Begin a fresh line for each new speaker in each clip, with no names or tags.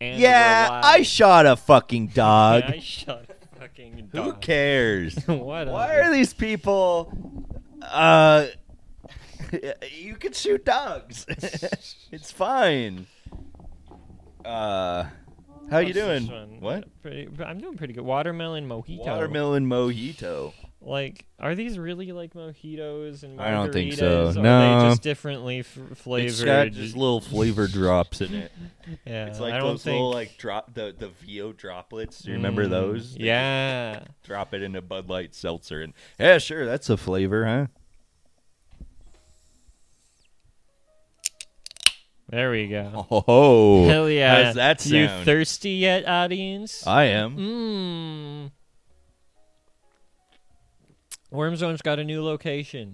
And we're
yeah,
live.
I shot a fucking dog.
Yeah, I shot a fucking
Who
dog.
cares?
what?
Why
a-
are these people? Uh, you can shoot dogs. it's fine. Uh, how you
What's this
doing?
one?
What?
Pretty, I'm doing pretty good. Watermelon mojito.
Watermelon mojito.
Like, are these really like mojitos and margaritas?
I don't think so.
Are
No.
they just differently f- flavored?
It's got just little flavor drops in it.
yeah,
It's like
I don't
those
think.
little like drop the the VO droplets. Do you remember
Mm,
those? They
Yeah.
just Drop it in a Bud Light seltzer and yeah, sure, that's a flavor, huh?
There we go.
Oh,
Hell yeah.
How's that sound?
You Mm. thirsty yet, audience?
I am.
Mmm. Worm Zone's got a new location.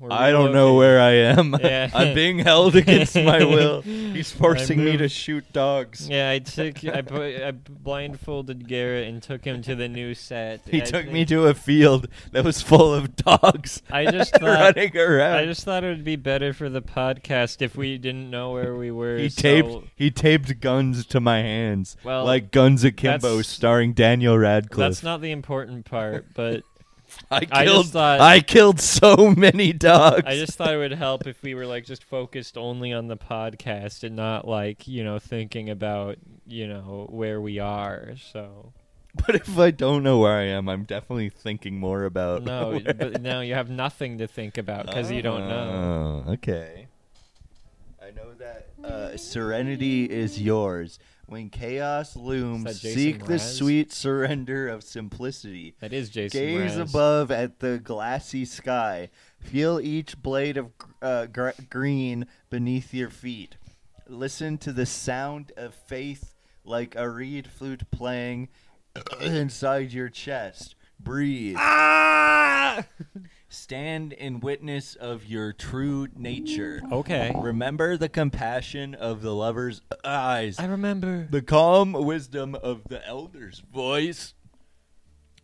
We're
I don't know
relocating.
where I am.
Yeah.
I'm being held against my will. He's forcing me to
moved.
shoot dogs.
Yeah, I took I, put, I blindfolded Garrett and took him to the new set.
He
I
took
think-
me to a field that was full of dogs
I just thought-
running around.
I just thought it would be better for the podcast if we didn't know where we were.
he
so-
taped he taped guns to my hands,
Well,
like Guns Akimbo,
that's-
starring Daniel Radcliffe.
That's not the important part, but
I killed.
I just thought-
I killed so many dogs.
I just thought it would help if we were like just focused only on the podcast and not like you know thinking about you know where we are. So
but if I don't know where I am, I'm definitely thinking more about.
no,
where-
but now you have nothing to think about because you don't know.
Oh, okay. I know that uh, serenity is yours. When chaos looms,
Is that Jason
seek the
Mraz?
sweet surrender of simplicity.
That is Jason.
Gaze
Mraz.
above at the glassy sky. Feel each blade of gr- uh, gr- green beneath your feet. Listen to the sound of faith like a reed flute playing inside your chest. Breathe.
Ah!
Stand in witness of your true nature.
Okay.
Remember the compassion of the lover's eyes
I remember.
the calm wisdom of the elder's voice.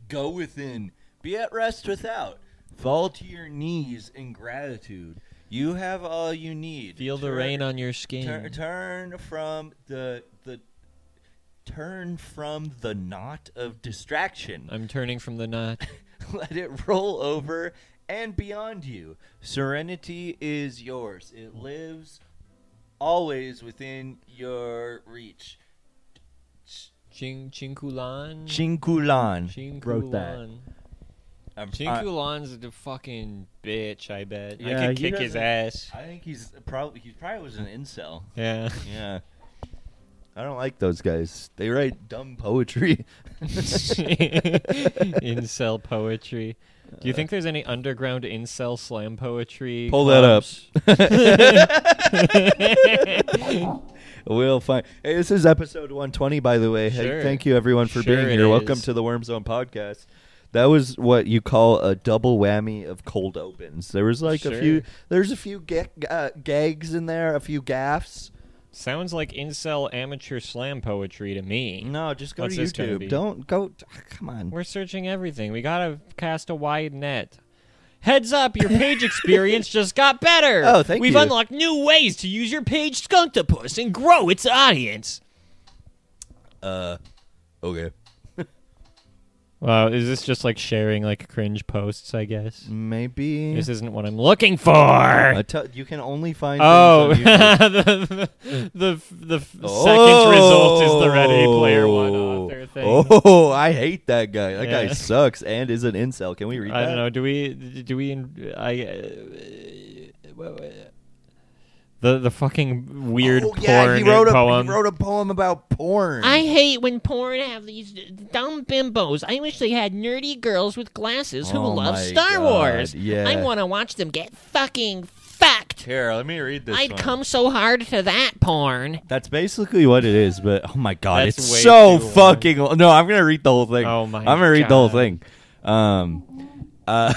Go within, be at rest without, fall to your knees in gratitude. You have all you need.
Feel the
Turn-
rain on your skin.
Turn, turn from the the. Turn from the knot of distraction.
I'm turning from the knot.
Let it roll over and beyond you. Serenity is yours. It lives always within your reach.
Ching Chinkulan.
Chinkulan
Chinkulan.
wrote that. I'm- I,
Chinkulan's the fucking bitch. I bet.
Yeah,
I could
he
kick his
doesn't-
ass.
I think he's probably he probably was an incel.
Yeah.
Yeah. I don't like those guys. They write dumb poetry.
incel poetry. Do you think there's any underground incel slam poetry?
Pull that up.
clubs?
we'll find. Hey, this is episode 120, by the way. Hey,
Sure.
thank you everyone for
Sure
being
it
here. Welcome
is.
to the Worm Zone podcast. That was what you call a double whammy of cold opens. There was like a
Sure.
few. There's a few ga- uh, gags in there, a few gaffs.
Sounds like incel amateur slam poetry to me.
No, just go
What's
to
this gonna be?
YouTube. Don't go. ah, Come on.
We're searching everything. We gotta cast a wide net. Heads up, your page experience just got better.
Oh, thank
We've
you.
unlocked new ways to use your page Skunktopus and grow its audience.
Uh, okay.
Wow, is this just like sharing like cringe posts, I guess?
Maybe.
This isn't what I'm looking for.
I tell- you can only find.
Oh,
things on YouTube.
the, the, the, the f- second result is the Ready Player One
Oh.
author thing.
Oh, I hate that guy. That guy
Yeah.
sucks and is an incel. Can we read
I
that?
don't know. Do we? Do we? I. Uh, the the fucking weird
Oh,
porn
yeah, he wrote a
poem.
he wrote a poem about porn.
I hate when porn have these dumb bimbos. I wish they had nerdy girls with glasses who
Oh
love
my
Star
God,
Wars.
yeah.
I want to watch them get fucking fucked.
Here, let me read this.
I'd
one.
come so hard to that porn.
That's basically what it is, but oh my god,
That's
it's
way
so
too long.
fucking. Long. No, I'm gonna read the whole thing.
Oh my
I'm gonna read the whole
God.
thing. Um, uh,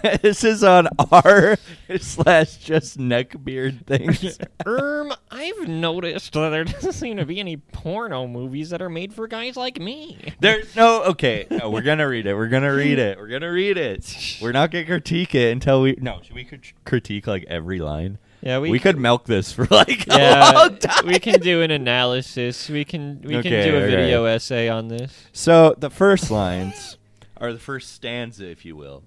this is on r slash just neckbeard things.
Erm, I've noticed that there doesn't seem to be any porno movies that are made for guys like me.
There's no okay. No, we're gonna read it. We're gonna read it. We're gonna read it. We're not gonna critique it until we. No, should we crit- critique like every line?
Yeah, we,
We could milk this for like a
yeah,
Oh,
long time.
we can do an analysis. We can we
Okay,
can do a
okay.
video essay on this.
So the first
lines.
or the first stanza, if you will.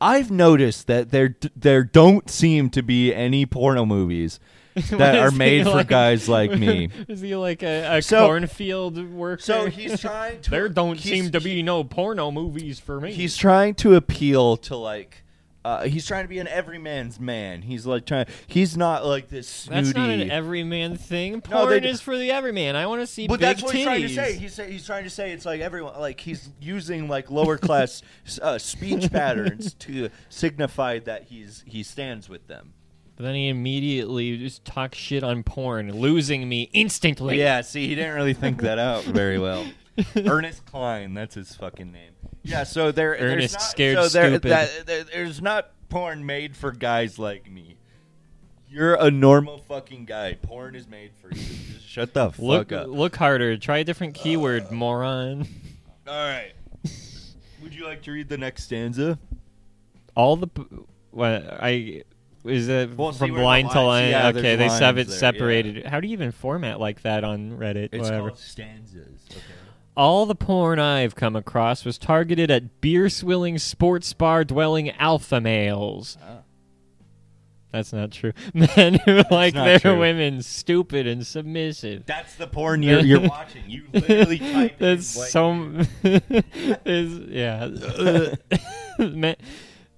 I've noticed that there d- there don't seem to be any porno movies that
Is
are
he
made for
like-
guys like me.
Is he like a, a
So-
cornfield worker?
So he's trying to.
there don't
he's-
seem to be no porno movies for me.
He's
He's
trying to appeal
to like. Uh, he's trying to be an everyman's man. He's like trying. He's not like this snooty.
that's not an everyman thing.
No,
Porn
they d-
is for the everyman. I want to see
but
big
that's what
titties.
he's trying to say. He's, say. he's trying to say it's like everyone, like he's using like lower class uh, speech patterns to signify that he's he stands with them.
But then he immediately just talks shit on porn, losing me instantly.
Yeah, see, he didn't really think that out very well. Ernest Klein, that's his fucking name. Yeah, so there, there's
Ernest
not,
Scared
so there,
Stupid.
that- there- there's not porn made for guys like me. You're a normal fucking guy. Porn is made for you. Just shut the fuck
Look,
up.
look harder. Try a different keyword, moron.
All right. Would you like to read the next stanza?
All the, p- what I is it
Well, see
from
where the
line to
lines-
line?
yeah,
okay,
there's
they have
lines
it
there, yeah.
separated. How do you even format like that on Reddit?
It's
whatever.
called stanzas. Okay.
All the porn I've come across was targeted at beer swilling, sports bar dwelling alpha males.
Ah.
That's not true. Men who like
not
their
true.
women stupid and submissive.
That's the porn you're, you're watching. You literally type in
That's
what
so. is yeah. men,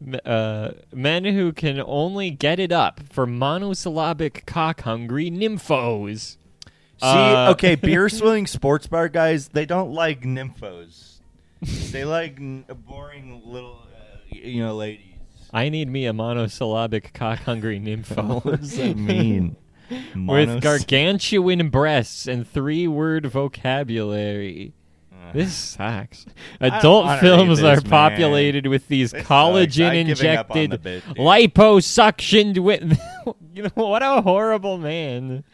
me- uh, men who can only get it up for monosyllabic cock hungry nymphos.
See,
Uh,
okay, beer swilling sports bar guys, they don't like nymphos. they like n- uh, boring little, uh, y- you know, ladies.
I need me a monosyllabic cock hungry nympho.
mean?
With gargantuan breasts and three word vocabulary. This sucks.
don't
Adult
wanna
films
read this,
are populated with these
This sucks.
collagen
I'm giving up on the
injected
bit, dude.
liposuctioned with you know what a horrible man.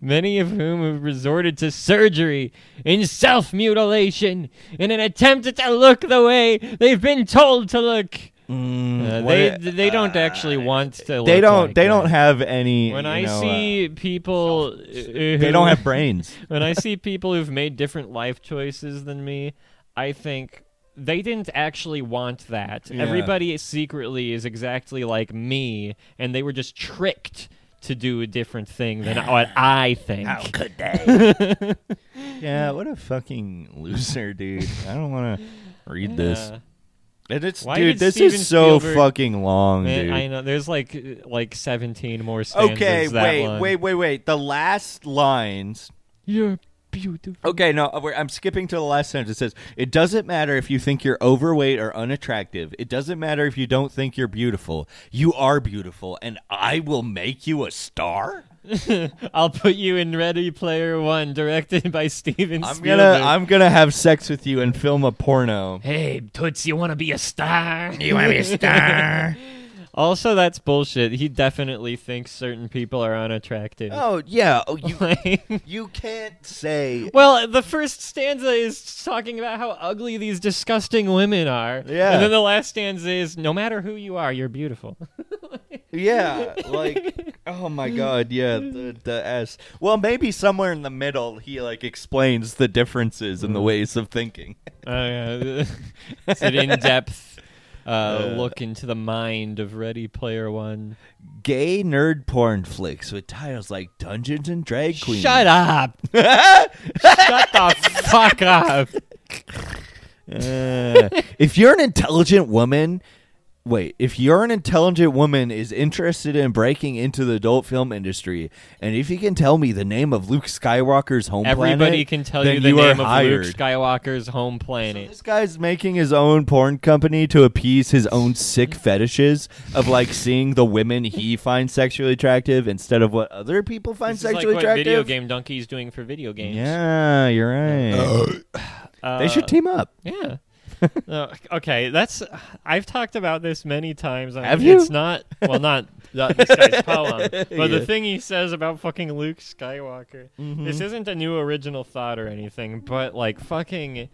Many of whom have resorted to surgery in self mutilation in an attempt to look the way they've been told to look.
Mm,
Uh, they they don't actually want to.
uh, They
look
don't.
like
they
that.
don't have any.
When
you
I
know, uh,
see people,
they don't have brains.
when I see people who've made different life choices than me, I think they didn't actually want that.
Yeah.
Everybody secretly is exactly like me, and they were just tricked to do a different thing than what I think.
could they? yeah, what a fucking loser, dude. I don't want to read this.
Yeah.
And it's
Why
dude,
did
this
Steven
is so
Spielberg-
fucking long,
Man,
dude.
I know. There's like uh, like 17 more stanzas.
Okay,
that
wait,
one.
wait, wait, wait. The last lines.
You're beautiful.
Okay, no, uh, wait, I'm skipping to the last sentence. It says, "It doesn't matter if you think you're overweight or unattractive. It doesn't matter if you don't think you're beautiful. You are beautiful, and I will make you a star."
I'll put you in Ready Player One, directed by Steven
I'm
Spielberg.
gonna, I'm gonna have sex with you and film a porno.
Hey, Toots, you want to be a star?
You want to be a star?
Also, that's bullshit. He definitely thinks certain people are unattractive.
oh yeah, oh, you
Like-
you can't say.
well, the first stanza is talking about how ugly these disgusting women are.
Yeah.
And then the last stanza is no matter who you are, you're beautiful.
Yeah, like oh my god, yeah, the, the S. Well, maybe somewhere in the middle, he like explains the differences in the ways of thinking.
Uh, yeah. it's an in depth uh, look into the mind of Ready Player One.
Gay nerd porn flicks with titles like Dungeons and Drag Queens.
Shut up! Shut the fuck up!
if you're an intelligent woman, wait, if you're an intelligent woman is interested in breaking into the adult film industry, and if you can tell me the name of Luke Skywalker's home
Everybody
planet,
can tell
then
you the
you
name
are
of
hired.
Luke Skywalker's home planet.
This guy's making his own porn company to appease his own sick fetishes of like seeing the women he finds sexually attractive instead of what other people find
This is
sexually
like what
attractive.
Video game donkey's doing for video games.
Yeah, you're right.
Uh,
they should team up.
Yeah. No, okay, that's. I've talked about this many times. I
Have
mean, It's
you?
not well, not, not this guy's poem, but
Yeah. Mm-hmm.
the thing he says about fucking Luke Skywalker. This isn't a new original thought or anything, but like fucking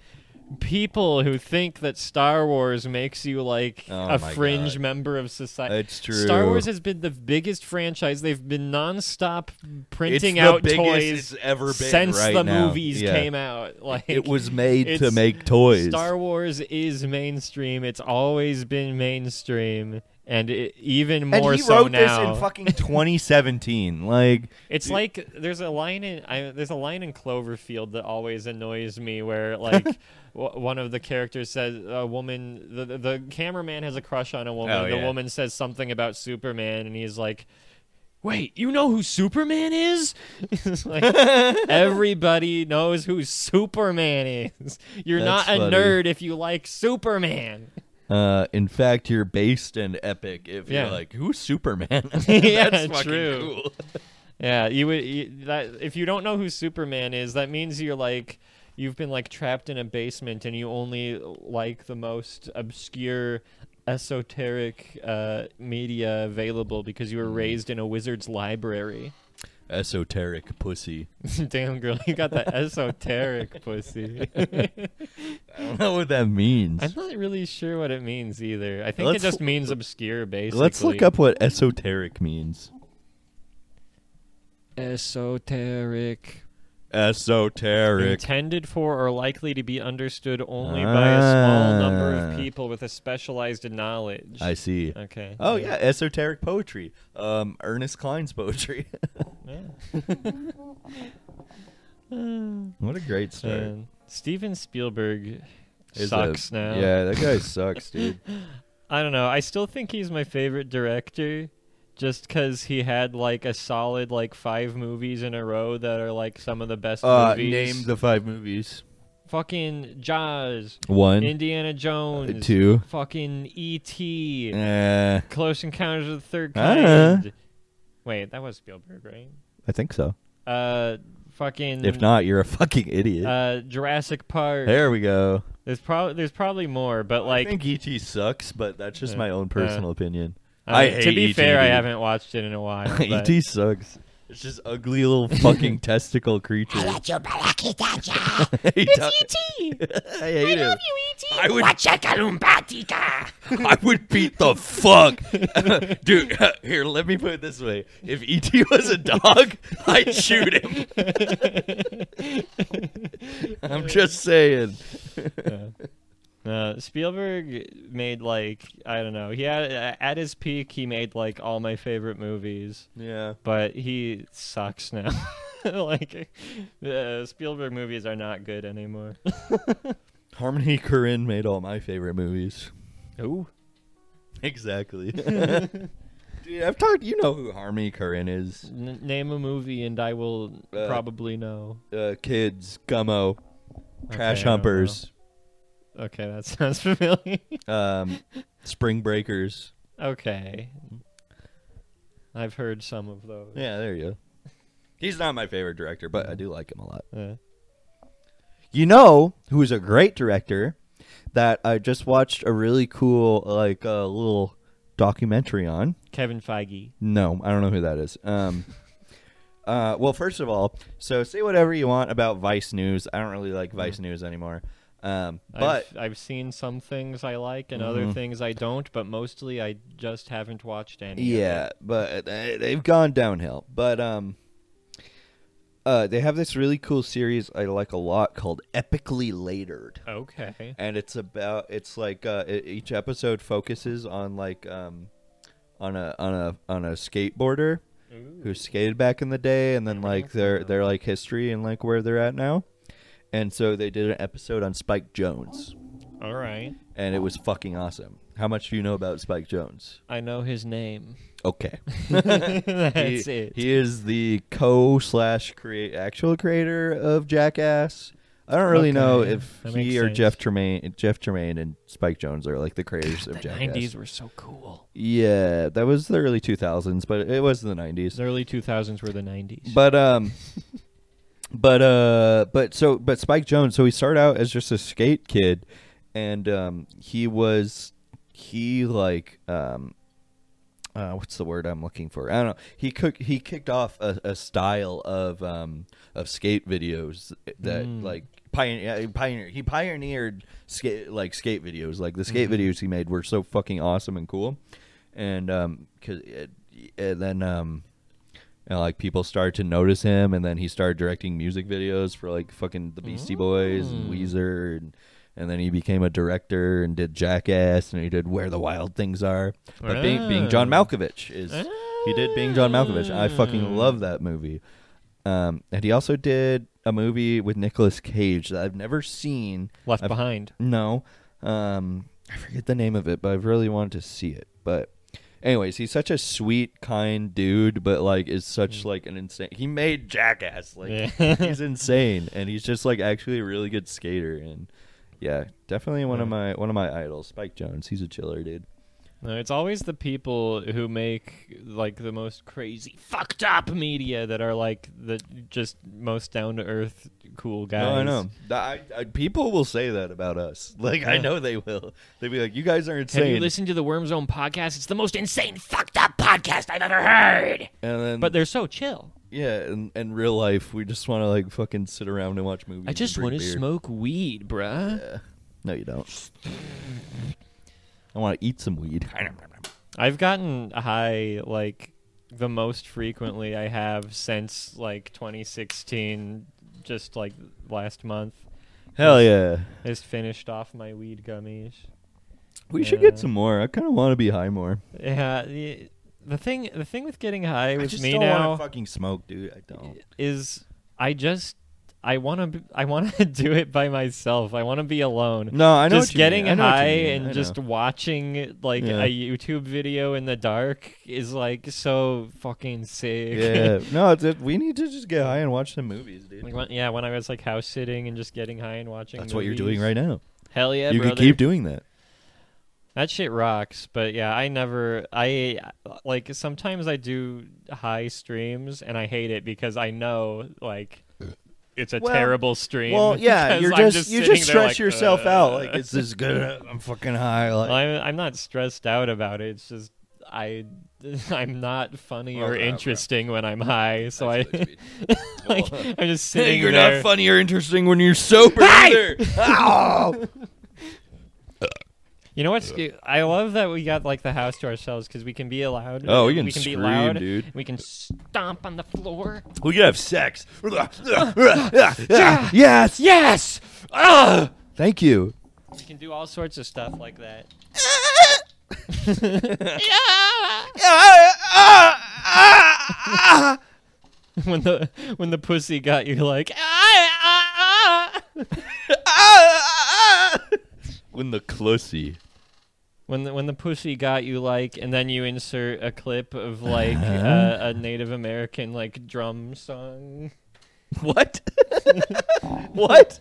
people who think that Star Wars makes you like
Oh
a
my
fringe
God.
member of society.
It's true.
Uh, Star Wars has been the biggest franchise. They've been nonstop
It's
printing
the
out
biggest
toys
it's ever been
since
right
the
now.
movies
Yeah.
came out. Like
It was made to
it's-
make toys.
Star Wars is mainstream. It's always been mainstream, and it, even
and
more
he
so
wrote
now.
this in fucking 2017. Like
It's like there's a line in I, there's a line in Cloverfield that always annoys me where like w- one of the characters says a woman the the- the cameraman has a crush on a woman
Oh,
the
yeah.
woman says something about Superman and he's like wait you know who Superman is It's like, everybody knows who Superman is you're
That's
not a
funny.
nerd if you like Superman
Uh, in fact, you're based in epic. If
Yeah.
you're like, who's Superman?
Yeah,
That's fucking
true.
cool.
Yeah, you would you, that if you don't know who Superman is, that means you're like you've been like trapped in a basement and you only like the most obscure esoteric uh, media available because
Mm.
you were raised in a wizard's library.
Esoteric pussy.
Damn girl, you got that esoteric pussy.
I don't know what that means.
I'm not really sure what it means either. I think
Let's-
it just means obscure basically.
Let's look up what esoteric means.
esoteric
Esoteric.
intended for or likely to be understood only by a small number of
Ah.
people with a specialized knowledge.
I see.
Okay.
Oh yeah, esoteric poetry. Um, Ernest Klein's poetry. what a great
Uh,
start.
Man, Steven Spielberg
Is
sucks
a-
now.
Yeah, that guy sucks, dude.
I don't know. I still think he's my favorite director just cuz he had like a solid like 5 movies in a row that are like some of the best
Uh,
movies.
name the five movies.
fucking Jaws,
One,
Indiana Jones,
two.
fucking E.T.
Uh,
Close Encounters of the Third
Ah.
Kind. Wait, that was Spielberg, right?
I think so.
Uh, fucking.
If not, you're a fucking idiot.
uh, Jurassic Park.
there we go.
There's probably there's probably more, but like,
I think ET sucks, but that's just
Yeah.
my own personal opinion.
I mean, uh, to
hate E
be
E.T.,
fair, I
dude.
haven't watched it in a while. but-
ET sucks. It's just ugly little fucking testicle creature. I you, It's ET. I E hate him. I would I would beat the fuck, dude. Here, let me put it this way: If ET was a dog, I'd shoot him. I'm just saying.
Uh, Spielberg made like I don't know. He had at his peak, he made like all my favorite movies,
Yeah.
but he sucks now. like, uh, Spielberg movies are not good anymore.
Harmony Korine made all my favorite movies.
Ooh.
Exactly. Dude, I've talked. You know who Harmony Korine is?
N- name a movie and I will
Uh,
probably know.
Uh, kids, Gummo, Trash
Okay, I don't
Humpers,
know. Okay, that sounds familiar.
um, Spring Breakers.
okay. I've heard some of those.
Yeah, there you go. He's not my favorite director, but I do like him a lot.
Yeah.
You know who is a great director that I just watched a really cool like uh, little documentary on.
Kevin Feige.
No, I don't know who that is. Um, uh, well, first of all, so say whatever you want about Vice News. I don't really like Vice News anymore. Um, but
Mm.
Mm-hmm.
I've, I've seen some things I like and other things I don't, but mostly I just haven't watched any. of
yeah,
it.
but uh, they- they've gone downhill. But um, uh, they have this really cool series I like a lot called Epically Latered.
Okay.
and it's about it's like uh, e- each episode focuses on like um, on a on a on a skateboarder who skated back in the day, and then like their their like history and like where they're at now. And so they did an episode on Spike Jones,
All right.
and it was fucking awesome. How much do you know about Spike Jones?
I know his name.
Okay,
That's
he,
it.
He is the co slash create actual creator of Jackass. I don't really know
Okay,
if
that
he
makes
or
sense.
Jeff Tremaine, Jeff Tremaine and Spike Jones are like the creators of
the
Jackass.
90s were so cool.
Yeah, that was the early 2000s, but it was the 90s.
The early 2000s were the 90s.
But um but uh but so but Spike Jones, so he started out as just a skate kid and um he was he like um uh, what's the word I'm looking for? I don't know. He cook he kicked off a, a style of um of skate videos that like pioneer pioneer he pioneered skate like skate videos like the skate videos he made were so fucking awesome and cool, and um 'cause- and then um and like people started to notice him and then he started directing music videos for like fucking the Beastie Boys and Weezer and and then he became a director and did Jackass and he did Where the Wild Things Are. But being, being John Malkovich is he did being John Malkovich. I fucking love that movie. Um, and he also did a movie with Nicolas Cage that I've never seen.
Left
I've-
Behind.
No. Um, I forget the name of it, but I've really wanted to see it. But anyways, he's such a sweet, kind dude, but like is such like an insane he made jackass. Like he's insane and he's just like actually a really good skater and yeah, definitely one of my one of my idols, Spike Jones. He's a chiller dude.
No, Uh, it's always the people who make like the most crazy, fucked up media that are like the just most down to earth, cool guys.
No, I know. Th- I, I, people will say that about us. Like I know they will. They'll be like, "You guys are
Have you
insane."
listened to the Worm Zone podcast? It's the most insane, fucked up podcast I've ever heard.
and then,
But they're so chill.
yeah, in, in real life, we just want to like fucking sit around and watch movies.
I just
want
want to smoke weed, bruh.
No, you don't. I want to eat some weed.
I've gotten high like the most frequently I have since like 2016, just like last month.
Hell yeah!
I just finished off my weed gummies.
We should get
Yeah.
some more. I kind of want to be high more.
Yeah, the, the thing the thing with getting high
I
with
just
me
don't
now
want to fucking smoke, dude. I don't.
is I just I want to I want to do it by myself. I want to be alone.
No, I know.
just
what you mean.
getting
I know what you
high
mean. I
and
know.
just watching like
Yeah.
a YouTube video in the dark is like so fucking sick.
Yeah. no, it's, it, we need to just get high and watch some movies, dude.
Like when, yeah, when I was like house sitting and just getting high and watching.
That's what you're doing right now.
Hell yeah,
you
brother.
can keep doing that.
that shit rocks. But yeah, I never. I like sometimes I do high streams and I hate it because I know like it's a
Well-
terrible stream.
Well, yeah,
because
you're
I'm
just, you
sitting
just
there
stress
like,
yourself
uh,
out. Like it's this good. enough? I'm fucking high. Like
I'm I'm not stressed out about it. It's just I I'm not funny
Okay,
or
okay.
interesting when I'm high. So I,
That's what you
like I'm just
mean.
sitting
you're
there.
not funny or interesting when you're sober
Hey!
either. Ah! Ow!
You know what's? I love that we got like the house to ourselves because we can be allowed.
Oh, we can
be
scream,
loud,
dude.
We can stomp on the floor.
we could have sex. yes, yes. Ah! Thank you.
We can do all sorts of stuff like that. when the when the pussy got you, like ah, ah, ah.
when the clussy.
when the, when the pussy got you, like, and then you insert a clip of like uh, a Native American like drum song.
What? what?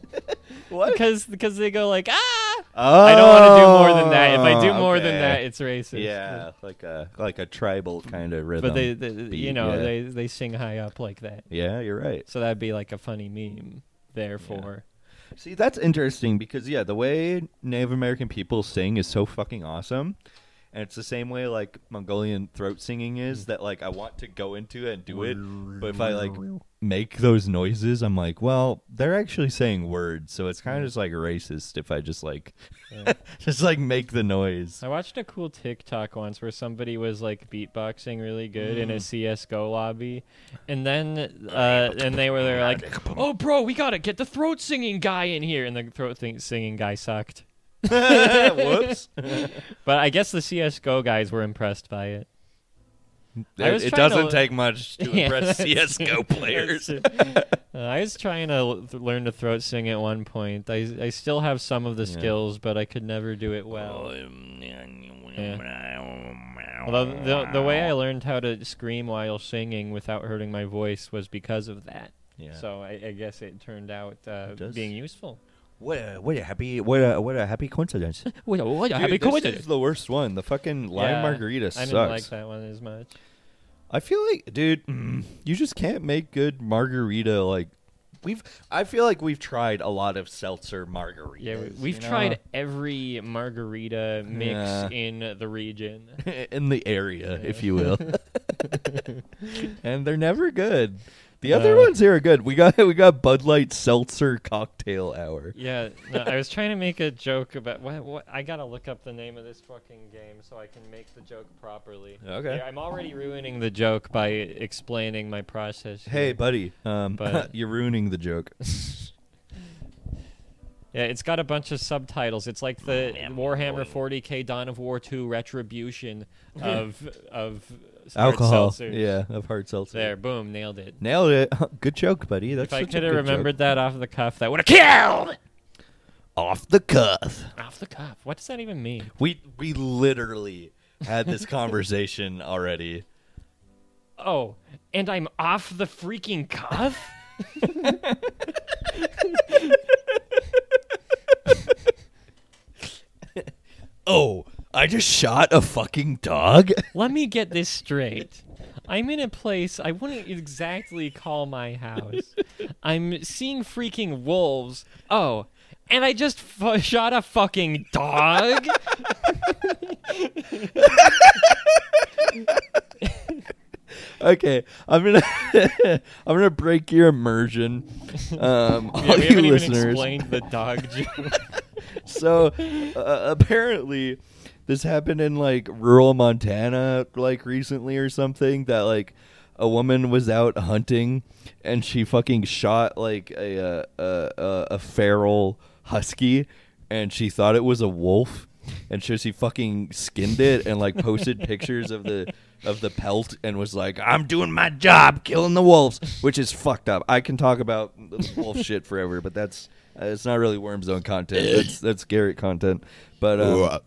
what?
Because because they go like ah,
Oh.
I don't want to do more than that. If I do more than that, it's racist.
yeah, like a like a tribal kind of rhythm.
but they, they you
beat,
know
yeah.
they they sing high up like that
yeah, you're right.
so that'd be like a funny meme therefore
See, that's interesting because yeah, the way Native American people sing is so fucking awesome. And it's the same way like Mongolian throat singing is that like I want to go into it and do it, but if I like make those noises, I'm like, well, they're actually saying words, so it's kind of just like racist if I just like just like make the noise.
i watched a cool tiktok once where somebody was like beatboxing really good
Mm.
in a csgo lobby and then uh and they were there like oh bro we gotta get the throat singing guy in here and the throat thing- singing guy sucked
Whoops.
but i guess the csgo guys were impressed by it I was
it
trying to-
doesn't take much to
Yeah,
impress
that's
CS:GO players.
Uh, I was trying to l- th- learn to throat sing at one point. I I still have some of the skills, but I could never do it well. Yeah. Although the the way I learned how to scream while singing without hurting my voice was because of that.
Yeah.
So I, I guess it turned out uh,
does.
being useful.
What a what a happy what a what a happy coincidence.
What a, what a
Dude, this is the worst one. The fucking lime margarita
I
sucks.
didn't like that one as much.
I feel like, dude, mm, you just can't make good margarita like we've I feel like we've tried a lot of seltzer margaritas.
Yeah, we, we've
you know?
tried every margarita mix
Yeah.
in the region.
in the area, if you will. and they're never good. The other
No.
ones here are good. We got we got Bud Light Seltzer Cocktail Hour.
Yeah, no, I was trying to make a joke about what, what I gotta look up the name of this fucking game so I can make the joke properly.
Okay.
Yeah, I'm already ruining the joke by explaining my process. here.
Hey, buddy, um,
But-
you're ruining the joke.
yeah, it's got a bunch of subtitles. It's like the Warhammer 40k Dawn of War 2 Retribution of of hard
Alcohol,
seltzers.
yeah, of hard seltzer.
There, boom, nailed it.
Nailed it. Good joke, buddy. That's
if I
such a
could have
good joke.
remembered that off the cuff, that would have killed.
off the cuff.
Off the cuff. What does that even mean?
We we literally had this conversation already.
Oh, and I'm off the freaking cuff?
Oh, I just shot a fucking dog.
Let me get this straight. I'm in a place I wouldn't exactly call my house. I'm seeing freaking wolves. Oh, and I just f- shot a fucking dog?
okay, I'm gonna I'm gonna break your immersion, um, all
yeah, we
you
haven't even
listeners.
explained the dog joke.
so uh, apparently, this happened in like rural Montana, like recently or something. That like a woman was out hunting and she fucking shot like a uh, a a, a feral husky, and she thought it was a wolf. And so she fucking skinned it and like posted pictures of the of the pelt and was like, "I'm doing my job, killing the wolves," which is fucked up. I can talk about the wolf shit forever, but that's uh, it's not really Worm Zone content. That's that's Garrett content. But um,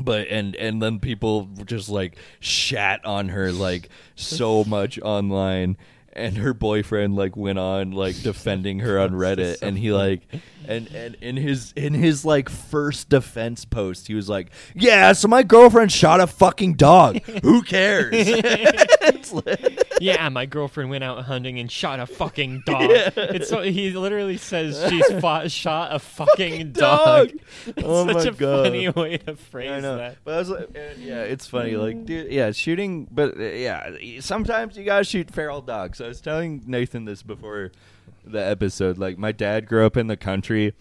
but and and then people just like shat on her like so much online. And her boyfriend like went on like defending her on Reddit, and he like, and and in his in his like first defense post, he was like, "Yeah, so my girlfriend shot a fucking dog. Who cares?" It's like-
yeah, my girlfriend went out hunting and shot a fucking dog. It's so, he literally says she's fought, shot a fucking, dog.
dog.
It's
Oh
such
my
a
God.
funny way to phrase
I know.
that. Mm.
But I was like, uh, yeah, it's funny. Like, dude, yeah, shooting, but uh, yeah, sometimes you gotta shoot feral dogs. I was telling Nathan this before the episode. Like, my dad grew up in the country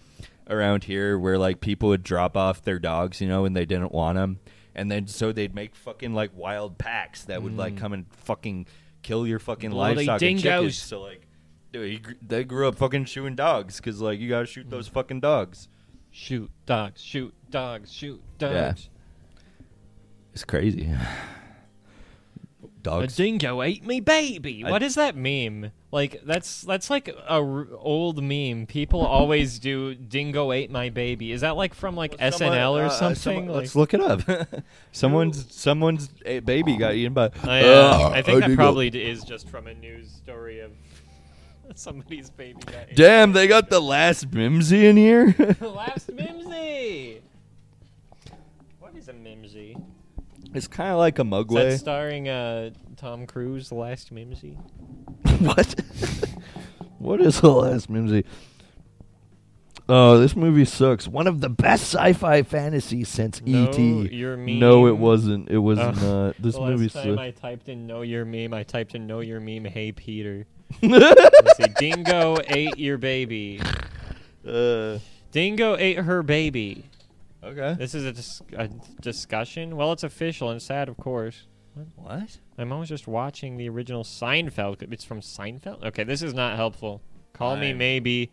around here where like people would drop off their dogs, you know, and they didn't want them, and then so they'd make fucking like wild packs that would like come and fucking kill your fucking
Bloody
livestock and chickens.
Mm. dingoes.
So like, dude, he, gr- they grew up fucking shooting dogs because like you gotta
Mm.
shoot those fucking dogs.
Shoot dogs, shoot dogs, shoot
Yeah.
dogs.
It's crazy.
A
Dogs.
dingo ate me baby.
I-
What is that meme? Like that's that's like a r- old meme. People always do dingo ate my baby. Is that like from like
Someone,
SNL or
uh,
something?
someone-
Like-
let's look it up. someone's someone's eh, baby got eaten by.
I, uh,
Ugh,
I
a
think that
dingo.
probably d- is just from a news story of somebody's baby. Got ate.
Damn, they got the last Mimsy in here.
Last mimsy. What is a mimsy?
it's kind of like a
Is that
mugway.
starring uh, Tom Cruise? The last mimsy.
what? what is the last Mimsy? Oh, this movie sucks. One of the best sci-fi fantasies since
No,
E.T.
your
No, it
meme.
wasn't. It was
Ugh.
not. This
the
movie
last time
sucks.
I typed in "know your meme," I typed in "know your meme." Hey Peter. Let's see. Dingo ate your baby.
Uh,
Dingo ate her baby.
okay.
This is a, dis- a discussion. Well, it's official and sad, of course.
What?
My mom was just watching the original Seinfeld. It's from Seinfeld. Okay, this is not helpful. Call me
I'm-
maybe.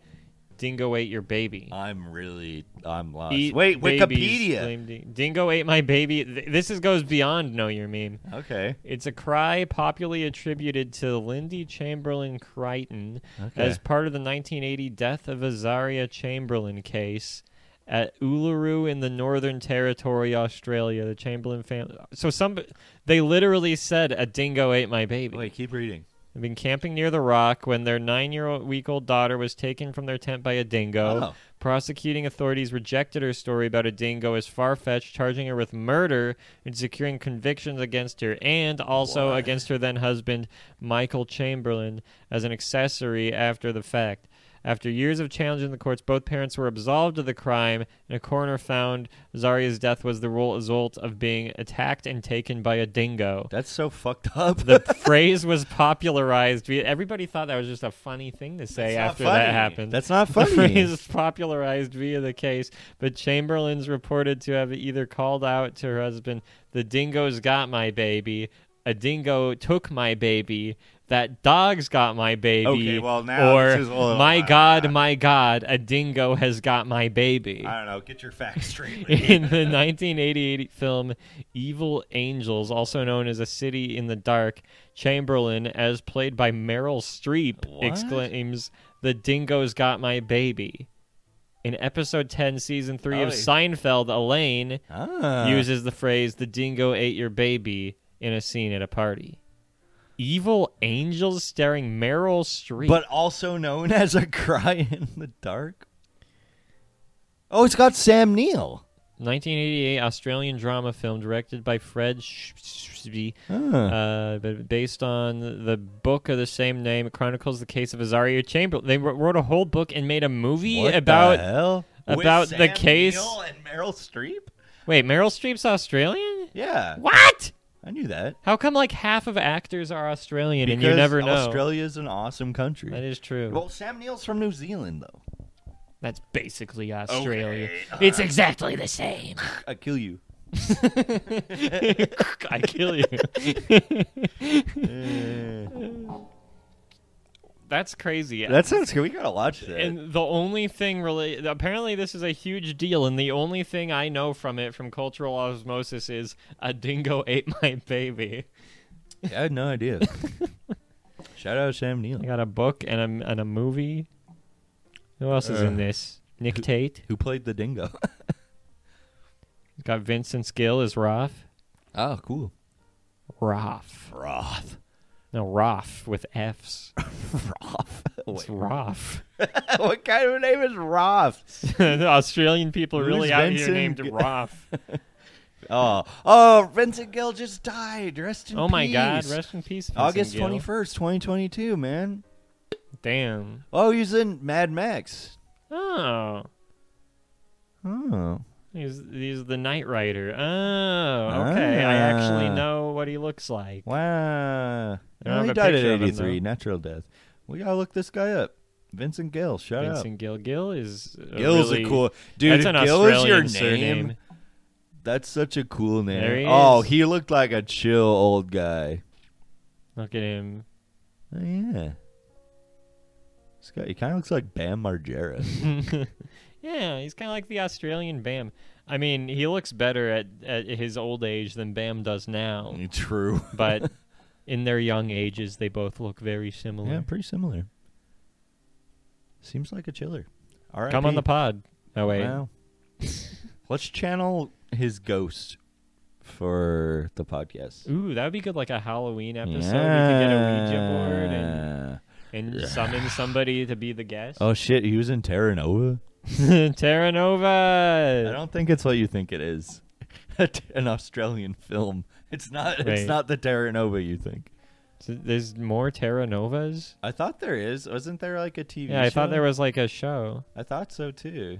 Dingo ate your baby.
I'm really I'm lost.
Eat
Uh, Wait,
babies,
Wikipedia.
blame Ding- Dingo ate my baby. Th- This is goes beyond know your meme.
Okay.
It's a cry popularly attributed to Lindy Chamberlain Crichton
Okay.
as part of the 1980 death of Azaria Chamberlain case at Uluru in the Northern Territory, Australia. The Chamberlain family. So some they literally said a dingo ate my baby.
Wait, keep reading.
They've been camping near the rock when their nine-year-old daughter was taken from their tent by a dingo.
Oh.
Prosecuting authorities rejected her story about a dingo as far-fetched, charging her with murder and securing convictions against her, and also
What?
against her then husband Michael Chamberlain as an accessory after the fact. After years of challenge in the courts, both parents were absolved of the crime, and a coroner found Zaria's death was the result of being attacked and taken by a dingo
That's so fucked up.
the phrase was popularized. We- Everybody thought that was just a funny thing to say
That's not
after
funny.
that happened.
That's not
the phrase
funny.
was popularized via the case, but Chamberlain's reported to have either called out to her husband, "The dingo's got my baby," "A dingo took my baby," "That dog's got my baby,"
Okay, well, now
or
this is a little-
"My
uh,
God, my God, a dingo has got my baby."
I don't know. Get your facts straight.
in the 1988 film Evil Angels, also known as A City in the Dark, Chamberlain, as played by Meryl Streep,
What?
exclaims, The dingo's got my baby. In episode 10, season 3 of
Oh, yeah.
Seinfeld, Elaine
ah.
uses the phrase, The dingo ate your baby, in a scene at a party. Evil Angels starring Meryl Streep.
but also known as a cry in the dark. Oh, it's got Sam Neill.
1988 Australian drama film directed by Fred Sh- Sh- Sh-
Huh.
uh, but based on the book of the same name, it chronicles the case of Azaria Chamberlain. They wr- wrote a whole book and made a movie
What the
about
hell?
about the case.
Neil and Meryl Streep.
Wait, Meryl Streep's Australian?
Yeah,
What?
I knew that.
How come like half of actors are Australian and you
Because
never know?
Australia is an awesome country.
that is true.
well, Sam Neill's from New Zealand, though.
That's basically Australia.
Okay.
uh,
It's exactly the same.
I kill you.
I kill you. That's crazy.
That sounds good. We gotta watch that.
And the only thing really, apparently, this is a huge deal, and the only thing I know from it, from cultural osmosis, is a dingo ate my baby.
I had no idea. Shout out Sam Neill,
I got a book and a and a movie. Who else is in
Uh,
this? Nick Tate.
who played the dingo.
Got Vincent Gill as Roth.
oh, cool.
Roth.
Froth.
No, Roth with F's.
Froth.
It's Roth.
what kind of a name is Roth?
the Australian people are
Who's
really out here
Vincent
named
Gill?
Roth.
Oh, oh, Vincent Gill just died. Rest in
Oh my God!
peace.
Rest in peace, Vincent
August
Gill.
twenty first, twenty twenty two, man.
Damn.
Oh, he's in Mad Max.
Oh.
Oh,
He's he's the Knight Rider. Oh, okay. I actually
Ah.
know what he looks like.
wow.
don't
Oh,
have
he
a
died at
picture of him,
eighty three,
though.
natural death. We gotta look this guy up. Vincent Gill. Shout
Vincent Gill. Gill is a
out. Gill's
really,
a cool dude.
That's
if
an
Gill
Australian
is your
surname.
name. That's such a cool name.
There he
oh,
is.
he looked like a chill old guy.
Look at him.
Oh yeah. This guy, he kind of looks like Bam Margera.
yeah, he's kind of like the Australian Bam. I mean, he looks better at, at his old age than Bam does now.
Mm. True.
But in their young ages, they both look very similar.
Yeah, pretty similar. Seems like a chiller. All right,
Come on the pod. Oh wait,
Wow. Let's channel his ghost for the podcast.
ooh, that would be good. Like a Halloween episode, we could get a Ouija board and,
Yeah.
and summon somebody to be the guest.
Oh shit, he was in Terra Nova.
Terra Nova.
I don't think it's what you think it is. An Australian film. It's not. It's
Wait.
not the Terra Nova you think.
So there's more Terra Novas?
I thought there is. Wasn't there like a TV?
Yeah, I thought
show?
there was like a show.
I thought so too.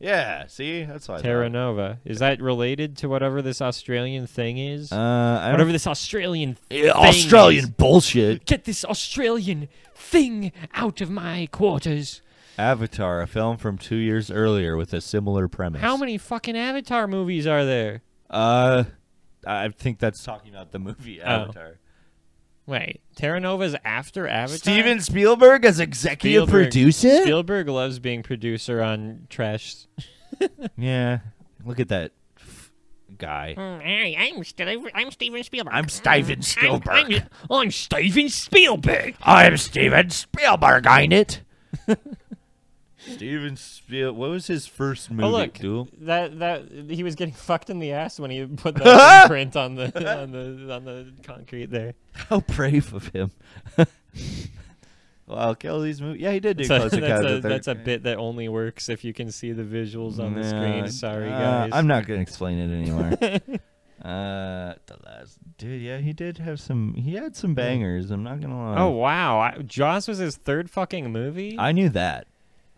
Yeah. See, that's why.
Terra Nova. Is that related to whatever this Australian thing is?
Uh, I
whatever this Australian
Yeah,
thing is.
Australian bullshit.
Get this Australian thing out of my quarters.
Avatar, a film from two years earlier with a similar premise.
How many fucking Avatar movies are there?
Uh, I think that's talking about the movie
Oh.
Avatar.
Wait, Terra Nova's after Avatar?
Steven Spielberg as executive
Spielberg.
producer.
Spielberg loves being producer on trash.
yeah, look at that f- guy.
Mm, Hey, I'm, Steve, I'm Steven Spielberg.
I'm Steven Spielberg.
I'm, I'm Steven Spielberg.
I'm Steven Spielberg. I it. Steven Spielberg. What was his first movie?
Oh look,
dude?
that that he was getting fucked in the ass when he put that imprint on the on the on the concrete there.
How brave of him. wow, Kelly's movie. Yeah, he did do
So
Close
that's,
Encounters
a,
of the Third
that's a bit that only works if you can see the visuals on the
Nah,
screen. Sorry,
uh,
guys.
I'm not gonna explain it anymore. uh, the last dude. Yeah, he did have some. He had some bangers. I'm not gonna lie.
oh wow, I, Jaws was his third fucking movie.
I knew that.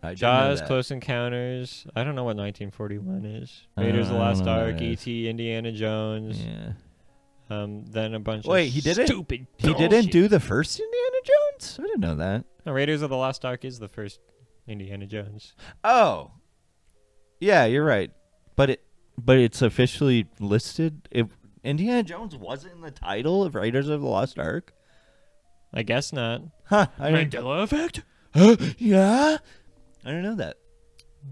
I did know
Jaws,
that.
Close Encounters. I don't know what 1941 is. Raiders of the
I don't
Lost
know what that
Ark,
is.
E.T., Indiana Jones.
Yeah.
Um, then a bunch.
Wait,
of
he did it?
Stupid.
He
bullshit.
didn't do the first Indiana Jones. I didn't know that.
No, Raiders of the Lost Ark is the first Indiana Jones.
Oh, yeah, you're right. But it, but it's officially listed. It, Indiana Jones wasn't in the title of Raiders of the Lost Ark.
I guess not.
Huh? I didn't,
Mandela effect.
yeah, I don't know that.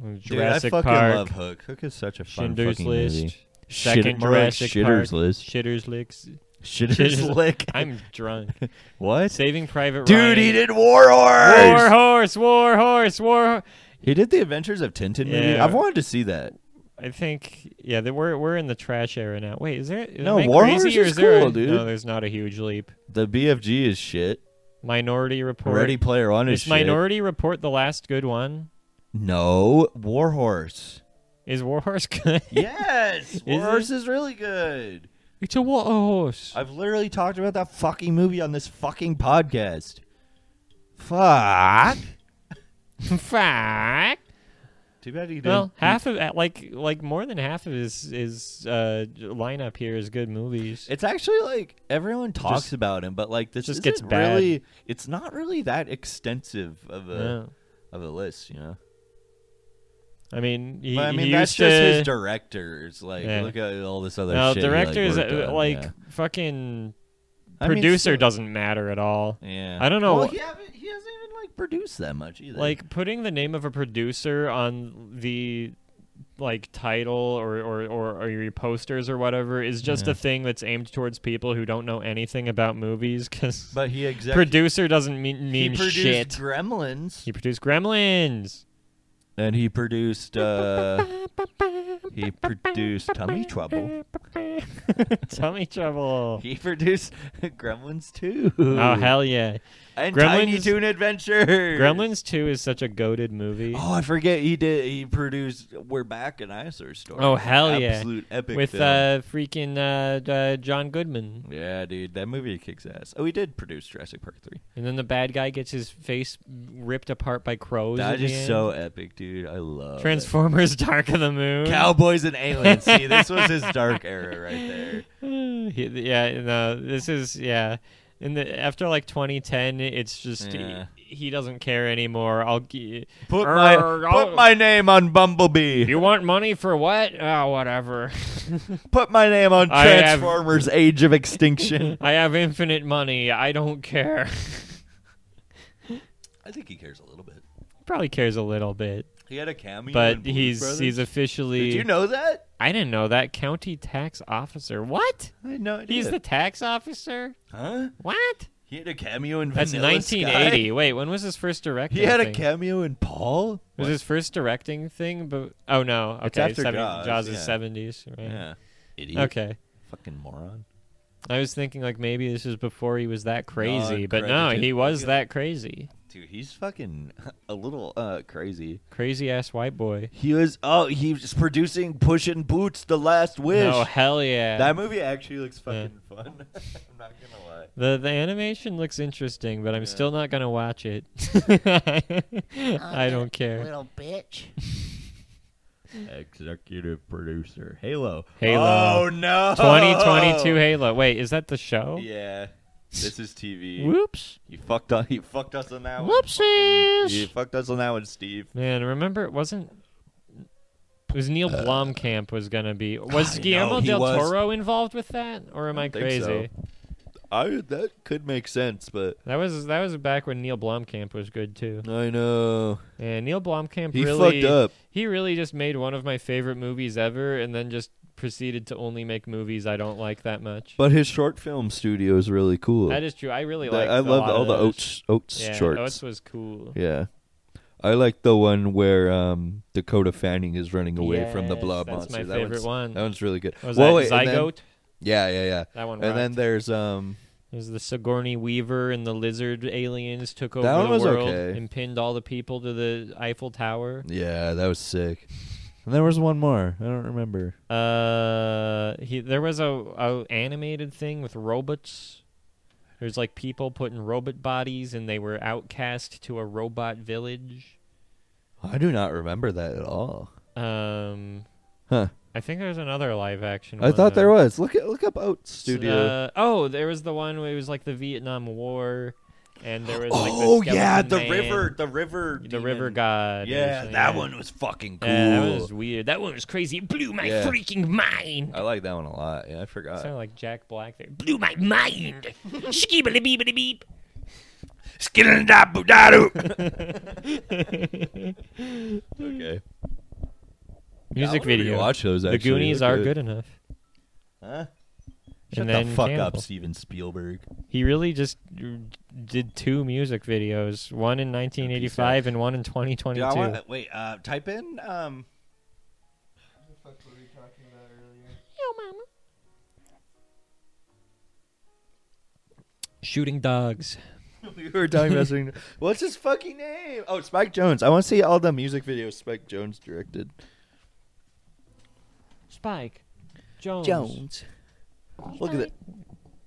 Dude,
Jurassic
I fucking
Park.
love Hook. Hook is such a fun
Schindler's
fucking
List.
movie.
Second
Shit- more like
Jurassic
Shitter's
Park.
List.
Shitter's Licks.
Shitter's
Shitter's-
Lick.
I'm drunk.
what?
Saving Private Ryan.
Dude, he did War Horse.
War horse, war horse, war. Ho-
He did the Adventures of Tintin movie.
Yeah.
I've wanted to see that.
I think yeah, that we're we're in the trash era now. Wait, is there is
No,
am I
War
crazy,
Horse
or
is
there a-
cool, dude.
No, there's not a huge leap.
The BFG is shit.
Minority Report.
Ready Player One is
is
shit.
Minority Report the last good one?
No, War Horse.
Is War Horse good?
Yes,
War Horse
is really good.
It's a war horse.
I've literally talked about that fucking movie on this fucking podcast. Fuck.
Fuck.
Too bad he didn't.
Well, half of uh, like like more than half of his his uh, lineup here is good movies.
it's actually like everyone talks
Just-
about him, but like this
just
just
gets
gets
bad.
really. It's not really that extensive of a
Yeah.
of a list, you know.
I mean, he,
But I mean,
he
that's
used
just
to,
his directors. Like,
Yeah.
look at all this other
no
shit. he, like,
directors
worked
uh,
on,
like
yeah.
fucking
I mean,
producer
still-
doesn't matter at all.
Yeah,
I don't know.
Well, he, haven't, he hasn't even like produced that much either.
Like putting the name of a producer on the like title or or or, or your posters or whatever is just
Yeah.
a thing that's aimed towards people who don't know anything about movies because
but he exactly
producer doesn't mean mean
he produced
shit.
Gremlins,
he produced Gremlins.
and he produced uh, he produced Tummy Trouble.
Tummy trouble.
He produced Gremlins Two.
Oh hell yeah!
And Tiny
Gremlins-
Toon Adventure.
Gremlins Two is such a goaded movie.
Oh, I forget he did. He produced We're Back in Eyesore Story.
Oh, hell
Absolute
yeah.
epic
with
film.
uh freaking uh, uh John Goodman,
Yeah, dude, that movie kicks ass. Oh, he did produce Jurassic Park three.
and then the bad guy gets his face ripped apart by crows.
That
at the
is
end.
so epic, dude. I love that.
Transformers: Dark of the Moon.
Cowboys and aliens. See, this was his dark era right there.
He- yeah, no, this is yeah. In the after like 2010, it's just
Yeah.
he, he doesn't care anymore. I'll. gi-
Put
Err, oh.
my
I'll-
put my name on Bumblebee.
You want money for what? Oh, whatever.
Put my name on
I have-
Transformers: Age of Extinction.
I have infinite money. I don't care.
I think he cares a little bit.
Probably cares a little bit,
He had a cameo, in
but
Blues
he's
Brothers.
he's officially.
Did you know that?
I didn't know that county tax officer. What?
I had no idea.
He's the tax officer?
huh?
What?
He had a cameo in
That's
Vanilla
1980.
Sky?
Wait, when was his first directing?
He had a
thing?
cameo in Paul.
Was
What?
his first directing thing? But oh no, okay,
after
70
Jaws,
is
yeah.
seventies. Right?
Yeah. Idiot.
Okay,
Fucking moron.
I was thinking like maybe this is before he was that crazy, but no,
Non-credited.
he was that crazy,
Dude, he's fucking a little uh crazy.
crazy ass white boy.
He was oh, he was producing Pushin' Boots The Last Wish.
Oh hell yeah!
That movie actually looks fucking fun. I'm not gonna lie.
the the animation looks interesting, but I'm
Yeah.
still not gonna watch it. I don't care.
Little bitch.
Executive producer. Halo.
Halo.
Oh no.
2022 Halo. Wait, is that the show?
Yeah. This is TV.
Whoops.
you fucked up you fucked us on that one. You
Whoopsies.
fucked us on that one, Steve.
Man, remember it wasn't. It was Neil Blomkamp was gonna be. Was
Uh, I
Guillermo
know, he
del
was.
Toro involved with that, or am I,
don't think
crazy?
so. I that could make sense, but
That was that was back when Neil Blomkamp was good too.
I know.
And Neil Blomkamp
He
really
fucked up.
he really just made one of my favorite movies ever, and then just proceeded to only make movies I don't like that much.
But his short film studio is really cool.
that is true. I really
That-
like.
I loved
lot
all
of
the
those.
Oates Oates
Yeah,
shorts.
Oates was cool.
Yeah.
I like the one where um, Dakota Fanning is running away from the
Yes,
blob
that's
monster.
my
that
favorite
one's,
one.
That one's really good.
What was
Whoa,
that
wait, and then-
Zygote?
yeah, yeah, yeah.
That one.
And then there's um,
there's the Sigourney Weaver and the lizard aliens took over
That one
the
was
world
okay.
and pinned all the people to the Eiffel Tower.
yeah, that was sick. And there was one more. I don't remember.
Uh, he there was a, a animated thing with robots. There's like people put in robot bodies, and they were outcast to a robot village.
I do not remember that at all.
Um,
Huh.
I think there's another live action.
I
one,
thought
though.
there was. Look at look up Oat Studio.
Uh, oh, there was the one where it was like the Vietnam War, and there was like the
oh yeah,
skeleton
the
man,
river, the river,
the
demon.
river god. or
Yeah,
something,
that
yeah.
one was fucking cool.
Yeah, that was weird. That one was crazy. It blew my
Yeah.
freaking mind.
I like that one a lot. Yeah, I
Uh,
forgot.
Sounded like Jack Black there.
Blew my mind. Skibbity beebity beep.
Skidadabudadu.
okay.
Music
I wanna
video.
rewatch those,
the
actually.
Goonies
They're
are
good.
good enough.
Huh?
and
Shut
then
the fuck
Cannibal.
up, Steven Spielberg.
He really just r- did two music videos, one in 1985 and one in 2022.
Dude, I want wait. Uh, type in um.
Shooting dogs.
we were talking about something. What's his fucking name? Oh, Spike Jones. I want to see all the music videos Spike Jones directed.
Spike. Jones.
Look at that.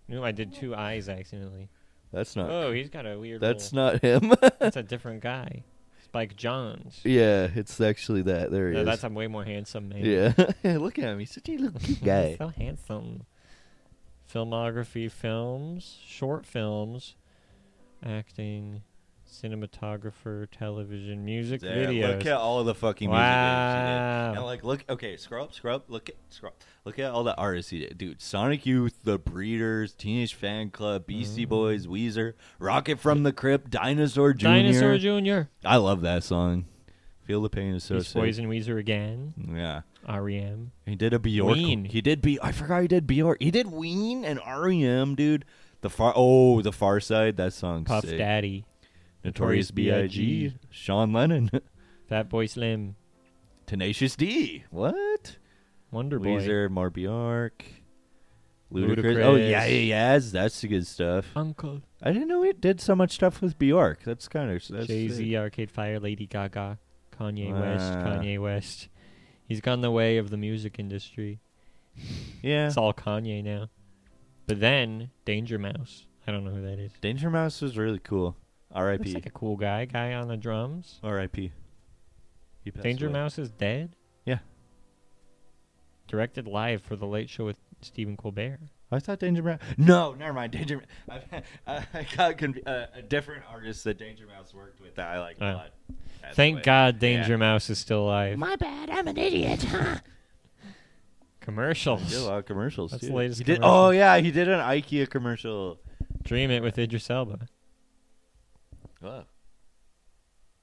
No, I did two eyes accidentally.
That's
Uh,
not.
Oh, he's got a weird.
that's
That's
not him.
that's a different guy. Spike Johns.
yeah, it's actually that. There he
No,
is.
that's a way more handsome man.
yeah. Look at him. He's such a little cute guy.
So handsome. Filmography, films, short films, acting, cinematographer, television, music,
There,
videos.
Look at all the fucking music videos he
Wow.
did. And like, look, okay, scroll up, scroll up, look at, scroll up. Look at all the artists he did, dude. Sonic Youth, The Breeders, Teenage Fan Club, Beastie
Mm.
Boys, Weezer, Rocket from the Crypt, Dinosaur Jr.
Dinosaur Junior.
I love that song. Feel the pain is so
He's
sick.
Poison Weezer again. E
Yeah,
REM.
he did a Bjork.
Ween.
He did B. I forgot he did Bjork. He did Ween and REM, dude. The far oh the Far Side that song.
Puff Daddy. Notorious
Notorious B.I.G.
B.I.G.,
Sean Lennon,
Fat Boy Slim.
Tenacious D. What?
Wonder Boy.
Weezer, Marby Ark, Ludacris.
Ludacris.
Oh yeah, yeah, yeah, that's the good stuff.
Uncle.
I didn't know it did so much stuff with Bjork. That's kind of that's
Jay
sick.
Z, Arcade Fire, Lady Gaga, Kanye West,
Wow.
Kanye West. He's gone the way of the music industry.
Yeah,
It's all Kanye now. But then Danger Mouse. I don't know who that is.
Danger Mouse was really cool.
Looks
R.I.P.
like a cool guy. Guy on the drums.
R.I.P. He passed
Danger
away.
Mouse is dead.
Yeah.
Directed live for the Late Show with Stephen Colbert.
I thought Danger Mouse. No, never mind. Danger. Mouse. I, I got conf- uh, a different artist that Danger Mouse worked with that I like a
Oh.
lot. Passed
Thank
away.
God Danger
Yeah.
Mouse is still alive.
My bad. I'm an idiot.
Commercials.
He did a lot of commercials
That's
too.
the latest
He did.
commercial.
Oh yeah, he did an IKEA commercial.
Dream It with Idris Elba.
Oh.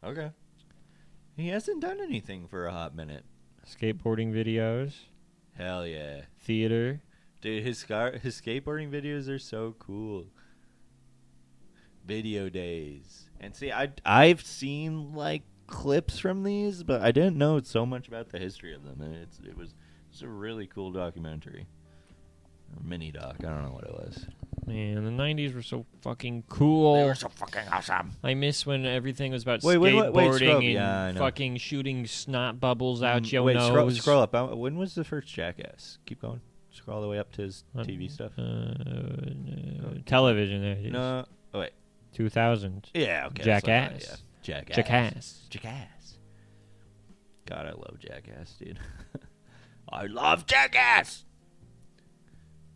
Okay. He hasn't done anything for a hot minute.
Skateboarding videos.
Hell yeah.
Theater.
Dude, his scar- his skateboarding videos are so cool. Video days. And see, I I've seen like clips from these, but I didn't know so much about the history of them. And it's it was it's a really cool documentary. Or mini doc, I don't know what it was.
Man, the 90s were so fucking cool.
They were so fucking awesome.
I miss when everything was about
Wait, wait, wait,
skateboarding
wait, scrub.
and
Yeah, I know.
fucking shooting snot bubbles out your
Mm, Wait,
nose.
scroll, scroll up. Uh, When was the first Jackass? Keep going. Scroll all the way up to his
Um,
TV stuff.
Uh, no, television, there it is.
No. Oh wait.
2000.
Yeah. Okay. that's what I thought,
Jackass.
yeah. Jackass.
Jackass.
Jackass. God, I love Jackass, dude. I love Jackass.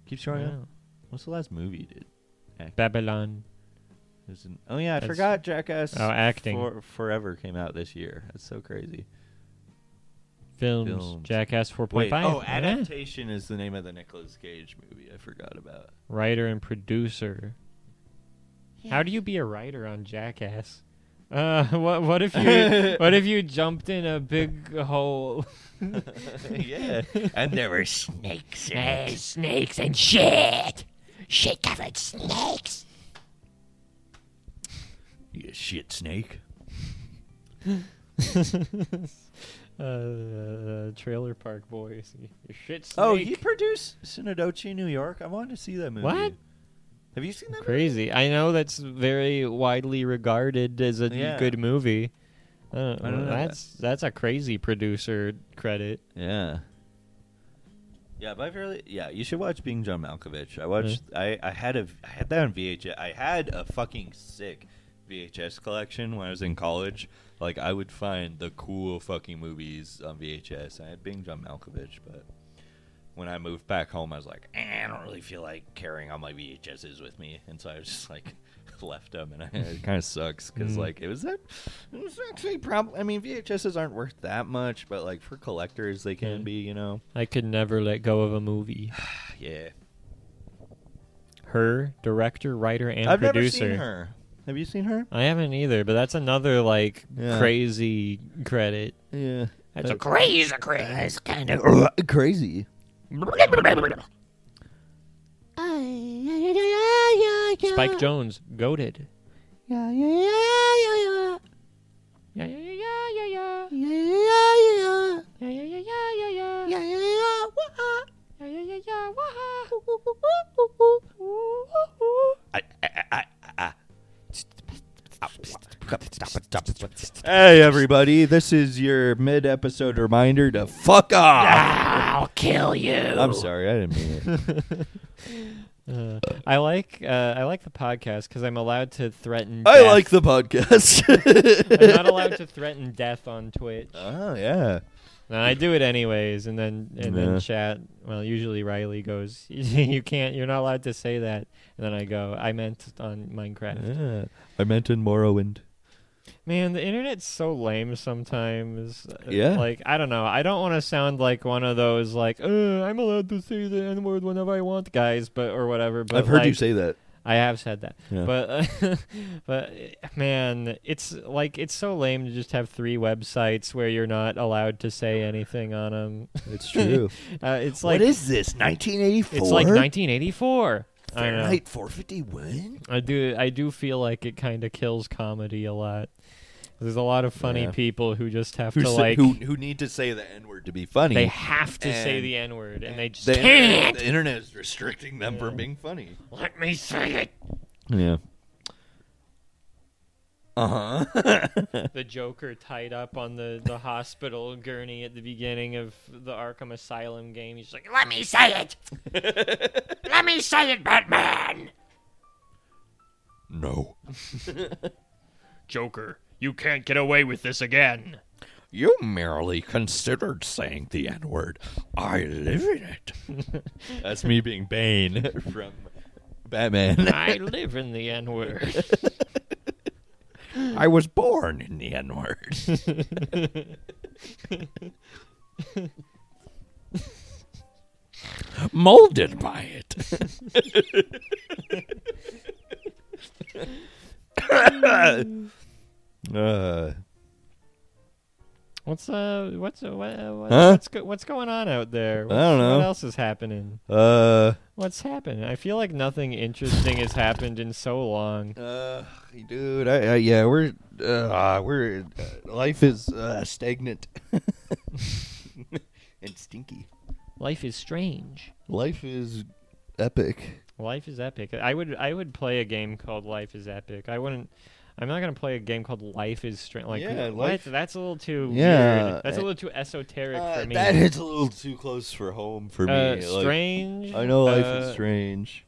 Keep showing up.
Wow.
What's the last movie, dude?
Babylon.
There's an- oh yeah, I
That's-
forgot Jackass.
Oh, acting.
For, forever came out this year. That's so crazy.
Films.
Films.
Jackass 4.5.
oh,
Yeah.
adaptation is the name of the Nicolas Cage movie. I forgot about.
Writer and producer. How do you be a writer on Jackass? Uh, what what if you what if you jumped in a big hole?
yeah, and there were snakes. in it.
snakes and shit. Shit covered snakes.
You shit snake.
uh, Trailer Park Boys. Your shit snake.
Oh, he produced Synodoche, New York. I wanted to see that movie.
What?
Have you seen that? movie?
crazy. I know that's very widely regarded as a
Yeah.
good movie. I don't,
I don't know that.
that's that's a crazy producer credit.
Yeah.
Yeah, but I've really yeah. You should watch Being John Malkovich. I watched. I I had a I had that on VHS. I had a fucking sick VHS collection when I was in college. Like I would find the cool fucking movies on VHS. I had Being John Malkovich, but when I moved back home, I was like, eh, I don't really feel like carrying all my VHSs with me, and so I was just like. Left them, and I, it kind of sucks because
Mm.
like it was that it was actually probably. I mean, VHSs aren't worth that much, but like for collectors, they can
Mm.
Yeah.
be, you know.
I could never let go of a movie.
Yeah,
Her director, writer, and
I've never
producer.
seen her. Have you seen her?
I haven't either, but that's another like
Yeah.
crazy credit.
Yeah.
That's a cr-
Crazy, crazy, kind of.
Crazy.
Spike Jones goaded.
Yeah, yeah, yeah, yeah,
Yeah, yeah, yeah, yeah, yeah, yeah.
yeah, yeah,
Yeah, yeah, yeah, yeah, yeah, yeah.
yeah,
Yeah, yeah,
yeah,
yeah, yeah. Wah-ha.
Hey everybody, this is your mid-episode reminder to fuck off.
I'll kill you.
I'm sorry, I didn't mean it.
Uh, I like uh, I like the podcast because I'm allowed to threaten.
I
death.
like the podcast.
I'm not allowed to threaten death on Twitch.
Oh yeah.
No, I do it anyways, and then and
Yeah.
then chat. Well, usually Riley goes, "You can't. You're not allowed to say that." And then I go, "I meant on Minecraft."
yeah. I meant in Morrowind.
Man, the internet's so lame sometimes. Uh,
Yeah.
Like I don't know. I don't want to sound like one of those like, uh, "I'm allowed to say the N word whenever I want," guys, but or whatever. But
I've heard you
like,
say that.
I have said that.
Yeah.
But uh, but uh, man, it's like it's so lame to just have three websites where you're not allowed to say anything on them.
It's true.
Uh, it's like
is this? 1984.
it's like 1984. I know.
451.
I do I do feel like it kind of kills comedy a lot. There's a lot of funny
Yeah.
people who just have
Who
to
sa-
like
who who need to say the n-word to be funny?
they have to say
and-
the n word and they just
the,
can't.
internet, the internet is restricting them from being funny.
Let me say it.
Yeah. Uh huh.
the Joker tied up on the the hospital gurney at the beginning of the Arkham Asylum game. He's like,
Let me say it. Let me say it, Batman.
no.
Joker, you can't get away with this again.
You merely considered saying the N word. I live in it. That's me being Bane from Batman.
I live in the N word.
I was born in the N word. Molded by it. uh,
What's uh, what's uh, what, uh, what,
Huh?
what's go- what's going on out there? What's,
don't know.
What else is happening?
uh,
What's happening? I feel like nothing interesting has happened in so long.
uh, dude, I, I, yeah, we're, uh, we're, uh, life is uh, stagnant and stinky.
Life is strange.
Life is epic.
Life is epic. I would I would play a game called Life is Epic. I wouldn't. I'm not gonna play a game called Life is Strange. Like,
Yeah,
what?
life-
That's a little too
Yeah,
weird. That's a
it-
little too esoteric for me.
Uh, that hits a little too close for home for me.
Uh,
like,
strange.
I know life
Uh,
is strange.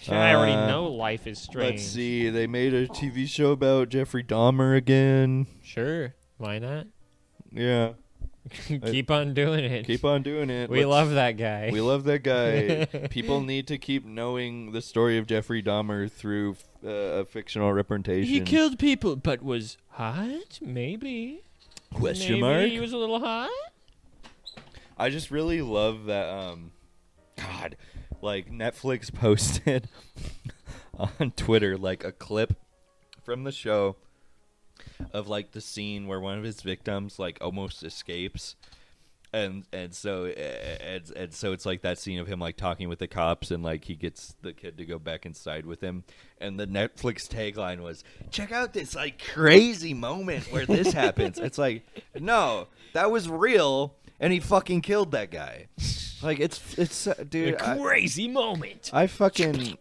shit, I already
Uh,
know life is strange.
Let's see. They made a TV show about Jeffrey Dahmer again.
Sure, why not?
Yeah,
keep on doing it.
keep on doing it.
we
Let's-
love that guy.
We love that guy. People need to keep knowing the story of Jeffrey Dahmer through uh, a fictional representation.
he killed people, but was hot? Maybe.
Question
Maybe
mark.
he was a little hot.
I just really love that. Um, God, like Netflix posted on Twitter like a clip from the show of like the scene where one of his victims like almost escapes, and and so uh, and, and so it's like that scene of him like talking with the cops and like he gets the kid to go back inside with him and the netflix tagline was check out this like crazy moment where this happens it's like no that was real and he fucking killed that guy like it's it's uh, dude I-
Crazy moment.
I fucking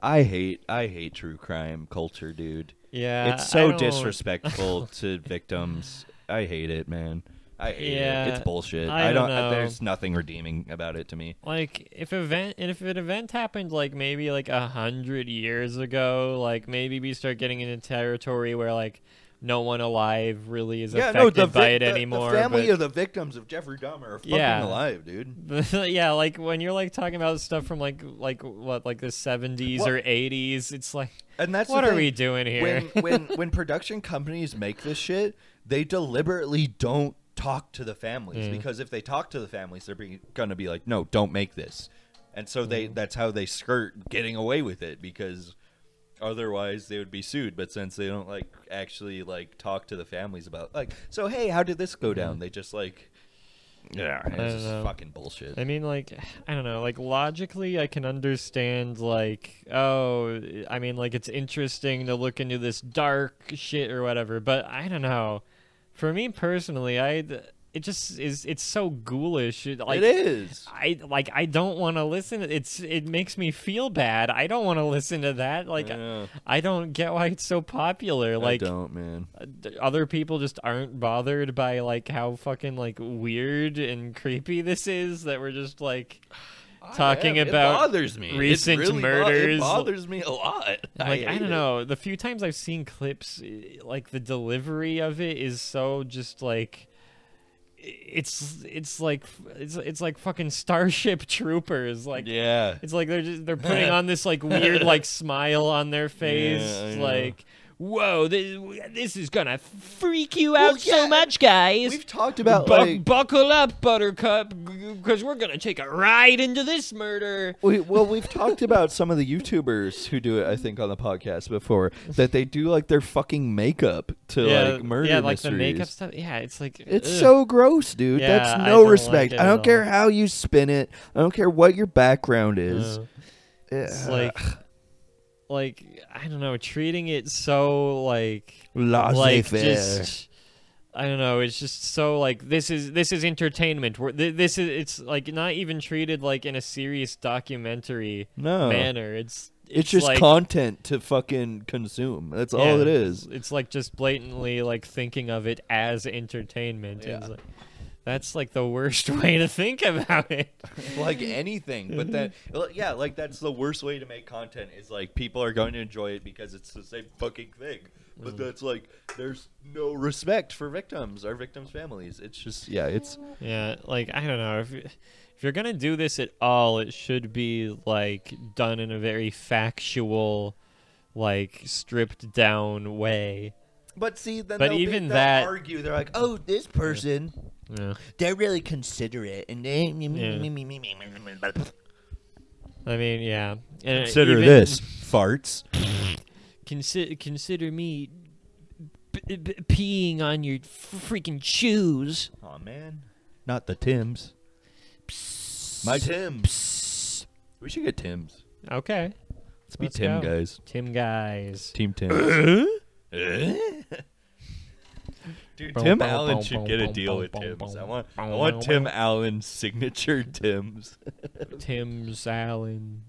I hate I hate true crime culture, dude.
Yeah,
it's
Uh, I
so
don't-
disrespectful to victims. I hate it, man. I hate
Yeah,
it. It's bullshit.
I
I,
don't
don't.
know.
There's nothing redeeming about it to me.
Like if event if an event happened like maybe like a hundred years ago, like maybe we start getting into territory where like no one alive really is affected by it anymore.
family
but-
of the victims of Jeffrey Dahmer are fucking
Yeah.
alive, dude.
yeah, like when you're like talking about stuff from like like what like the 70s or 80s, it's like
And that's the
what are
thing.
we doing here?
when when when production companies make this shit, they deliberately don't talk to the families because if they talk to the families, they're being, gonna be like, "No, don't make this," and so they that's how they skirt getting away with it because otherwise they would be sued. But since they don't like actually like talk to the families about like, so hey, how did this go down? They just like, yeah,
don't
it's just
know.
fucking bullshit.
I mean, like, I don't know. Like, logically, I can understand, like, oh, I mean, like, it's interesting to look into this dark shit or whatever, but I don't know. For me personally, I, it just is, it's so ghoulish. It, like,
it is.
I like I don't want to listen. It's it makes me feel bad. I don't want to listen to that. Like
Yeah.
I don't get why it's so popular. Like
I don't, man.
th- other people just aren't bothered by like how fucking like weird and creepy this is that we're just like talking
am.
about
it bothers me. It
recent
really bo-
murders.
it bothers me a lot.
like I,
hate
don't
it.
know the few times I've seen clips eh, like the delivery of it is so just like i- it's it's like it's it's like fucking starship troopers like
Yeah.
It's like they're just they're putting on this like weird like smile on their face,
Yeah, I know.
like whoa, this, this is gonna freak you out so much, guys.
We've talked about
Bu-
like
buckle up, Buttercup, because we're gonna take a ride into this murder.
we, well, we've talked about some of the YouTubers who do it. I think on the podcast before that they do like their fucking makeup to like murder
yeah, like
mysteries.
the makeup stuff. Yeah, it's like
It's
ugh.
so gross, dude.
Yeah,
That's
I
no
don't like
respect.
it
I
at
don't
all.
care how you spin it. I don't care what your background is.
Uh, it's
Yeah.
like like I don't know, treating it so like like
Laissez-faire.
just I don't know. It's just so like this is this is entertainment. We're, th- this is it's like not even treated like in a serious documentary
no,
manner. It's
it's, just
like,
content to fucking consume. That's all
yeah,
it is.
It's like just blatantly like thinking of it as entertainment. It's
Yeah.
like, that's like the worst way to think about it.
like anything but that well, yeah like that's the worst way to make content is like people are going to enjoy it because it's the same fucking thing but that's like there's no respect for victims or victims families it's just yeah it's
Yeah, like I don't know if y- if you're gonna do this at all, it should be like done in a very factual, like stripped down way.
but see then
But
they'll be-
even
they'll
that-
argue they're like oh this person
Yeah.
they're really considerate and they
I mean, yeah. And uh,
consider
even-
this farts
Consider consider me b- b- peeing on your freaking shoes.
oh man not the tims my tims we should get tims
Okay,
let's be
Let's
tim
go.
guys
Tim guys.
Team Tim. Dude, Tim Allen should get a deal with Tim's. I want, I want Tim Allen's signature Tim's.
Tim Allen.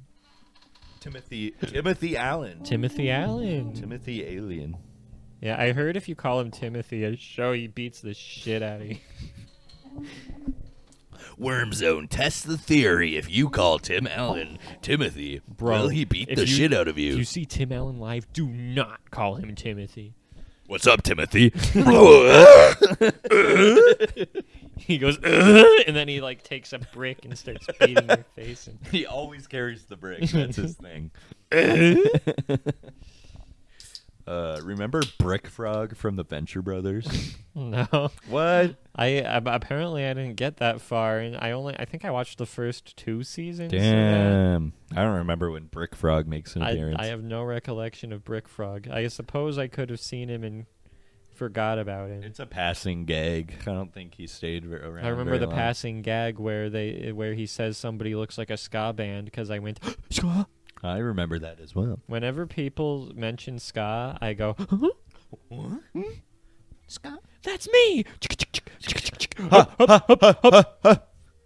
Timothy, Timothy Allen.
Timothy Allen.
Timothy Alien.
Yeah, I heard if you call him Timothy, I show he beats the shit out of you.
Worm Zone, test the theory. If you call Tim Allen Timothy,
Bro,
will he beat
if
the
you-
shit out of you?
If you see Tim Allen live, do not call him Timothy.
What's up, Timothy?
He goes, "Ugh," and then he like takes a brick and starts beating your face. And
he always carries the brick. That's his thing. uh, remember Brick Frog from the Venture Brothers?
no,
what?
I, I apparently I didn't get that far, and I only I think I watched the first two seasons. so yeah.
Damn. I don't remember when Brick Frog makes an
I,
appearance.
I have no recollection of Brick Frog. I suppose I could have seen him in forgot about him.
It's a passing gag. I don't think he stayed ver- around.
I remember
very
the
long.
passing gag where they where he says somebody looks like a ska band because I went.
I remember that as well.
Whenever people mention ska, I go.
Scott.
That's me.
Pick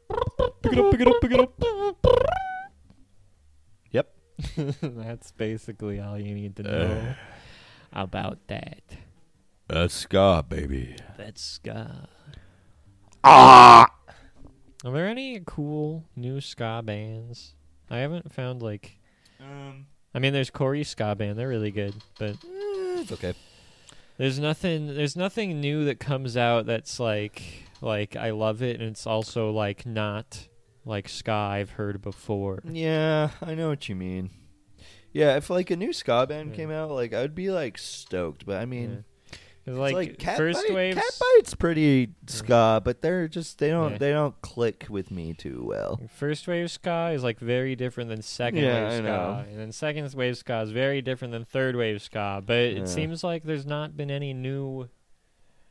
it up, pick it up, pick it up. Yep.
That's basically all you need to know about that.
That's ska, baby.
That's ska. Ah! Are there any cool new ska bands? I haven't found like.
Um,
I mean, there's Corey ska band. They're really good, but
It's okay.
There's nothing there's nothing new that comes out that's like like I love it and it's also like not like ska I've heard before.
Yeah, I know what you mean. Yeah, if like a new ska band
Yeah.
came out, like I'd be like stoked. But I mean,
Yeah.
it's
'Cause,
like,
like,
cat
first
bite.
waves
Cat bite's pretty ska, but they're just they don't
Yeah.
they don't click with me too well.
first wave ska is like very different than second
Yeah,
wave
I
ska.
know.
And then second wave ska is very different than third wave ska, but
Yeah.
it seems like there's not been any new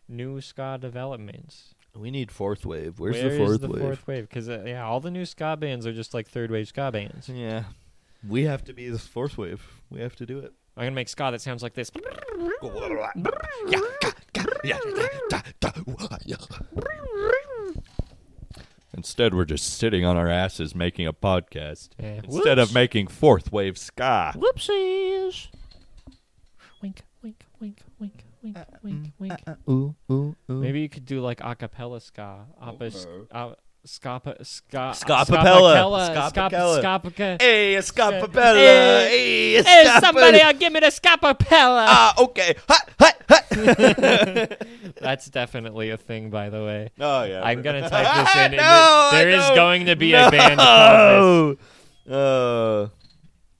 new ska developments.
We need fourth wave. Where's
Where
the
is
fourth
the
wave?
fourth wave? Cuz uh, yeah, all the new ska bands are just like third wave ska bands.
Yeah, we have to be the fourth wave. We have to do it.
I'm going to make ska that sounds like this.
Instead, we're just sitting on our asses making a podcast
Yeah.
instead of making fourth wave ska.
Whoopsies. Wink, wink, wink, wink, wink, wink, wink.
Ooh, ooh, ooh.
Maybe you could do like acapella ska, apa,
Hello.
uh, scapa, ska,
Scapapella.
scapacella, scap-
Scapacella.
scapaca.
Hey, a scapapella. Hey,
Hey,
a
Hey, somebody,
scapapella.
uh, give me the scapapella.
Ah, okay. Hut, hut, hut.
That's definitely a thing, by the way.
Oh, yeah.
I'm gonna type this in. and
No,
it- there
I
is
don't.
going to be
no.
a band called
Uh,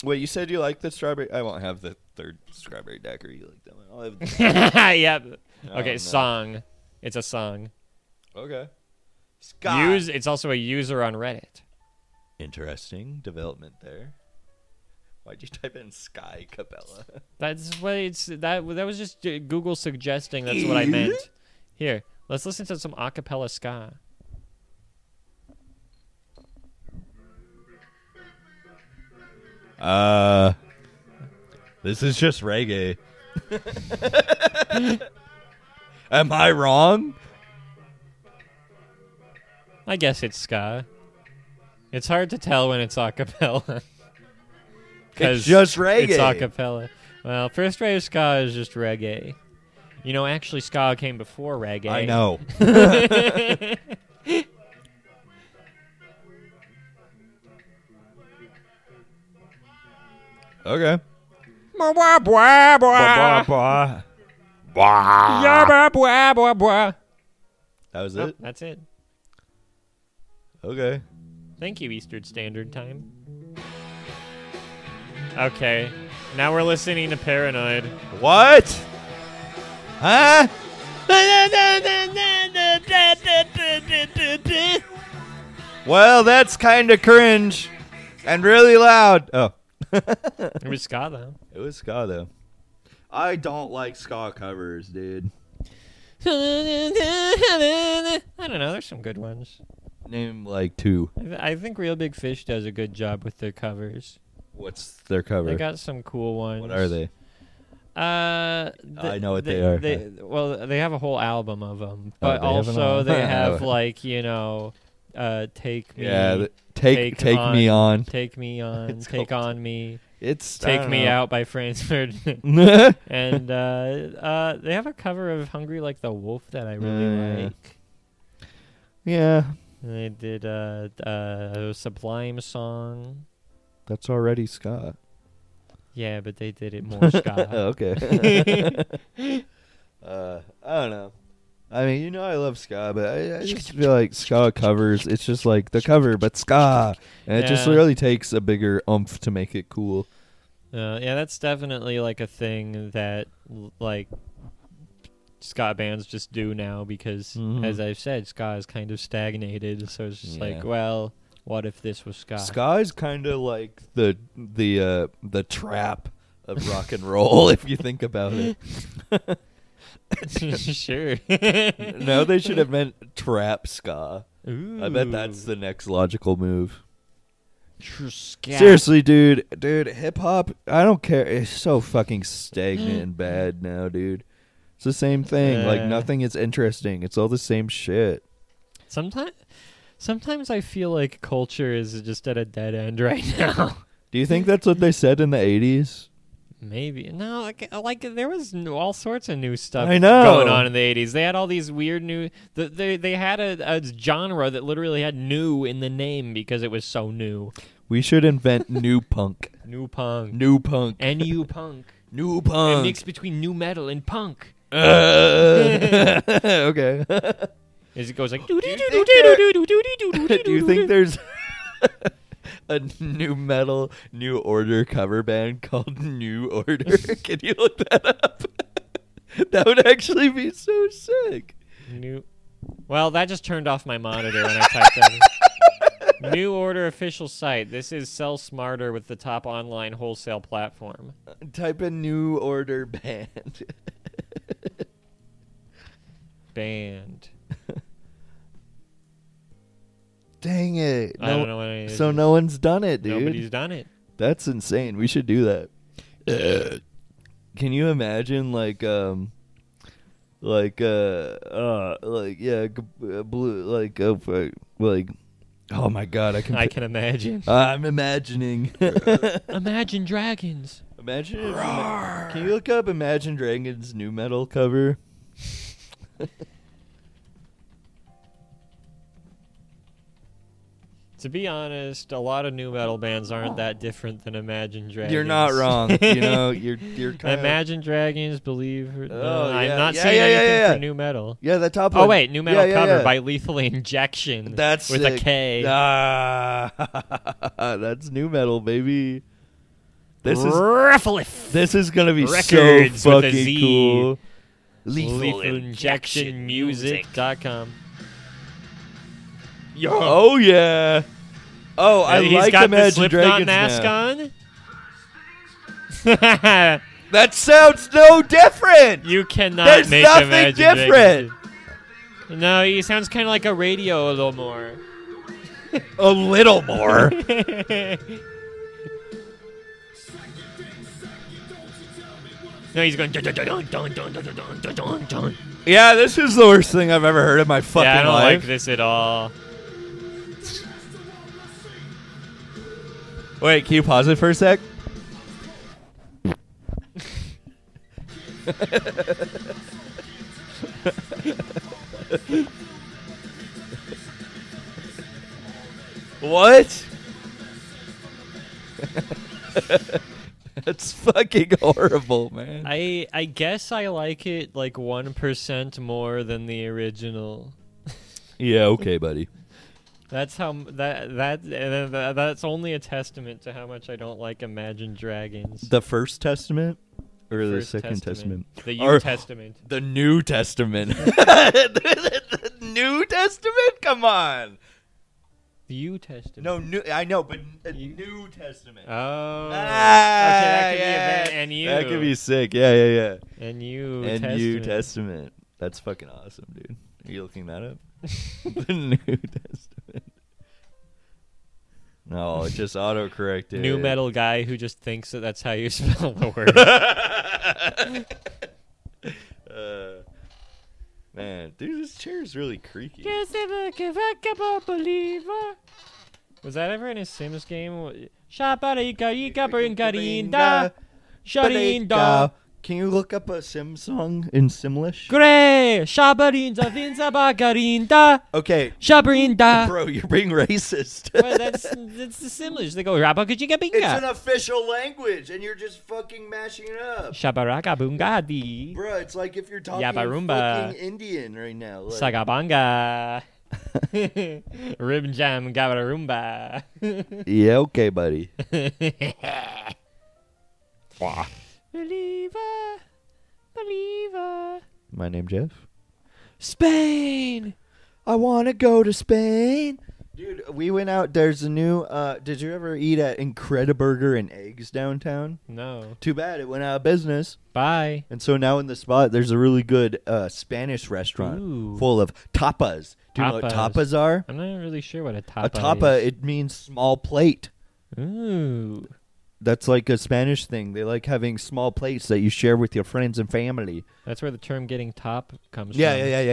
wait, you said you like the strawberry. I won't have the third strawberry daiquiri. You like that one? I'll have the.
this. yep.
Oh,
Okay,
no.
song. It's a song.
Okay. Ska.
Use. It's also a user on Reddit.
Interesting development there. Why'd you type in Sky Capella?
That's what it's that that was just uh, Google suggesting that's what I meant. Here, let's listen to some acapella ska.
Uh, this is just reggae. Am I wrong?
I guess it's ska. It's hard to tell when it's acapella. 'Cause
just reggae.
It's acapella. Well, first wave ska is just reggae. You know, actually, ska came before reggae.
I know. okay. Bah, bah, bah. Bah. That was
Oh,
it.
that's it.
Okay.
Thank you, Eastern Standard Time. Okay, now we're listening to Paranoid.
What? Huh? Well, that's kind of cringe and really loud. Oh,
It was ska though.
it was ska though. I don't like ska covers, dude.
I don't know. There's some good ones.
Name like two.
I, th- I think Real Big Fish does a good job with their covers.
What's their cover?
They got some cool ones.
what are they?
Uh,
I know what they are.
They, well, they have a whole album of them,
Oh,
but
they have an
also
al-
they
I
have
know.
like you know, uh, take me,
Yeah, th- take
Take
take
On-
me on.
take me on,
It's
take
called-
on me,
It's I
take
don't
me
know.
out by Franz Ferdinand. and uh, uh, they have a cover of "Hungry Like the Wolf" that I really
Yeah.
like.
yeah,
And they did a uh, uh, Sublime song.
that's already ska. Oh,
Yeah, but they did it more ska.
okay. uh, I don't know. I mean, you know, I love ska, but I, I just feel like ska covers. It's just like the cover, but ska, and it just
Yeah.
really takes a bigger oomph to make it cool.
Uh, yeah, that's definitely like a thing that l- like ska bands just do now because,
Mhm.
as I've said, ska is kind of stagnated. So it's just
Yeah.
like, well, what if this was ska?
Ska is kind of like the the uh, the trap of rock and roll, if you think about it.
sure.
no, they should have meant trap ska.
Ooh.
I bet that's the next logical move.
Tr- scat.
Seriously, dude, dude, hip hop. I don't care. It's so fucking stagnant and bad now, dude. It's the same thing. like
Yeah.
nothing is interesting. It's all the same shit.
Sometimes, sometimes I feel like culture is just at a dead end right now.
Do you think that's what they said in the eighties?
Maybe no, like, like there was n- all sorts of new stuff
I know.
going on in the '80s. They had all these weird new. The, they they had a, a genre that literally had "new" in the name because it was so new.
We should invent new punk.
New punk,
New punk.
nu punk,
New
a
punk.
mix between new metal and punk.
Uh, okay.
As it goes like,
Do you think there's a new metal New Order cover band called New Order? Can you look that up? that would actually be so sick.
New. Well, that just turned off my monitor when I typed that. in. New Order official site. This is Sell Smarter with the top online wholesale platform.
Type in New Order band.
Band.
Dang it.
I
No-
don't know what it is.
So no one's done it, dude.
Nobody's done it.
That's insane. We should do that.
Uh.
Can you imagine like um like uh uh like yeah g- uh, blue like uh, f- like oh my god I can
I can imagine.
I'm imagining
Imagine Dragons.
imagine if, can you look up Imagine Dragons new metal cover
To be honest, a lot of new metal bands aren't that different than Imagine Dragons.
You're not wrong you know you're you're kind
Imagine Dragons, believe. Her,
Oh,
no, I'm
yeah.
not
Yeah,
saying
yeah, yeah,
anything
yeah.
for new metal.
yeah the top
Oh
one.
wait, new metal
Yeah, yeah,
cover
yeah.
by Lethal Injection.
That's
with
sick.
a K.
Ah, that's new metal, baby. This is
Ruffleif.
this is gonna be
Records
so
with a
fucking
Z.
cool.
LethalInjectionMusic.com.
Yo. Oh yeah. Oh, I
He's
like
got the
Imagine
Slipknot
Dragons
mask
now.
on.
That sounds no different.
you cannot
There's
make
nothing
Imagine
different.
Dragons. No, he sounds kind of like a radio a little more.
A little more.
no, he's going. Dun, dun, dun, dun, dun, dun, dun, dun, dun, dun, dun.
yeah, this is the worst thing I've ever heard in my fucking
Yeah, I don't
life.
like this at all.
Wait, can you pause it for a sec? what? That's fucking horrible, man.
I I guess I like it like one percent more than the original.
Yeah, okay, buddy.
That's how m- that that and then tha- that's only a testament to how much I don't like Imagine Dragons.
The first testament or the
First
second testament?
The U
Or-
Testament.
The New Testament. the New Testament? Come on.
The U Testament.
No, new, I know, but uh,
You-
New Testament.
Oh.
Ah,
okay, that could be
yeah.
a bit- and you.
That could be sick. Yeah, yeah,
And you.
yeah. And
testament.
New Testament. That's fucking awesome, dude. Are you looking that up? the New Testament. No, it just autocorrected.
New metal guy who just thinks that that's how you spell the word.
uh, man, dude, this chair is really creaky.
Was that ever in a Sims game? Shabarikarinda. Sharinda.
Can you look up a Sim song in Simlish?
Gray. Shabarinda. Vinzabagarinda.
Okay,
Shabarinda.
bro, you're being racist.
Well, that's that's the Simlish. They go
It's an
rabakajigabinga.
official language, and you're just fucking mashing it up.
Shabarakabungadi.
Bruh, it's like if you're talking
Yabarumba.
fucking Indian right now. Like,
Sagabanga. Rib jam gabarumba.
yeah, okay, buddy.
believer. Believer.
My name Jeff.
Spain.
I want to go to Spain. Dude, we went out. There's a new. Uh, did you ever eat at Incrediburger and Eggs downtown?
No.
Too bad it went out of business.
Bye.
And so now in the spot, there's a really good uh, Spanish restaurant
Ooh.
full of tapas. Do you know what
Tapas.
tapas are?
I'm not really sure what a tapa.
A tapa,
Is.
it means small plate.
Ooh.
That's like a Spanish thing. They like having small plates that you share with your friends and family.
That's where the term "getting top" comes
Yeah,
from.
yeah, yeah, yeah.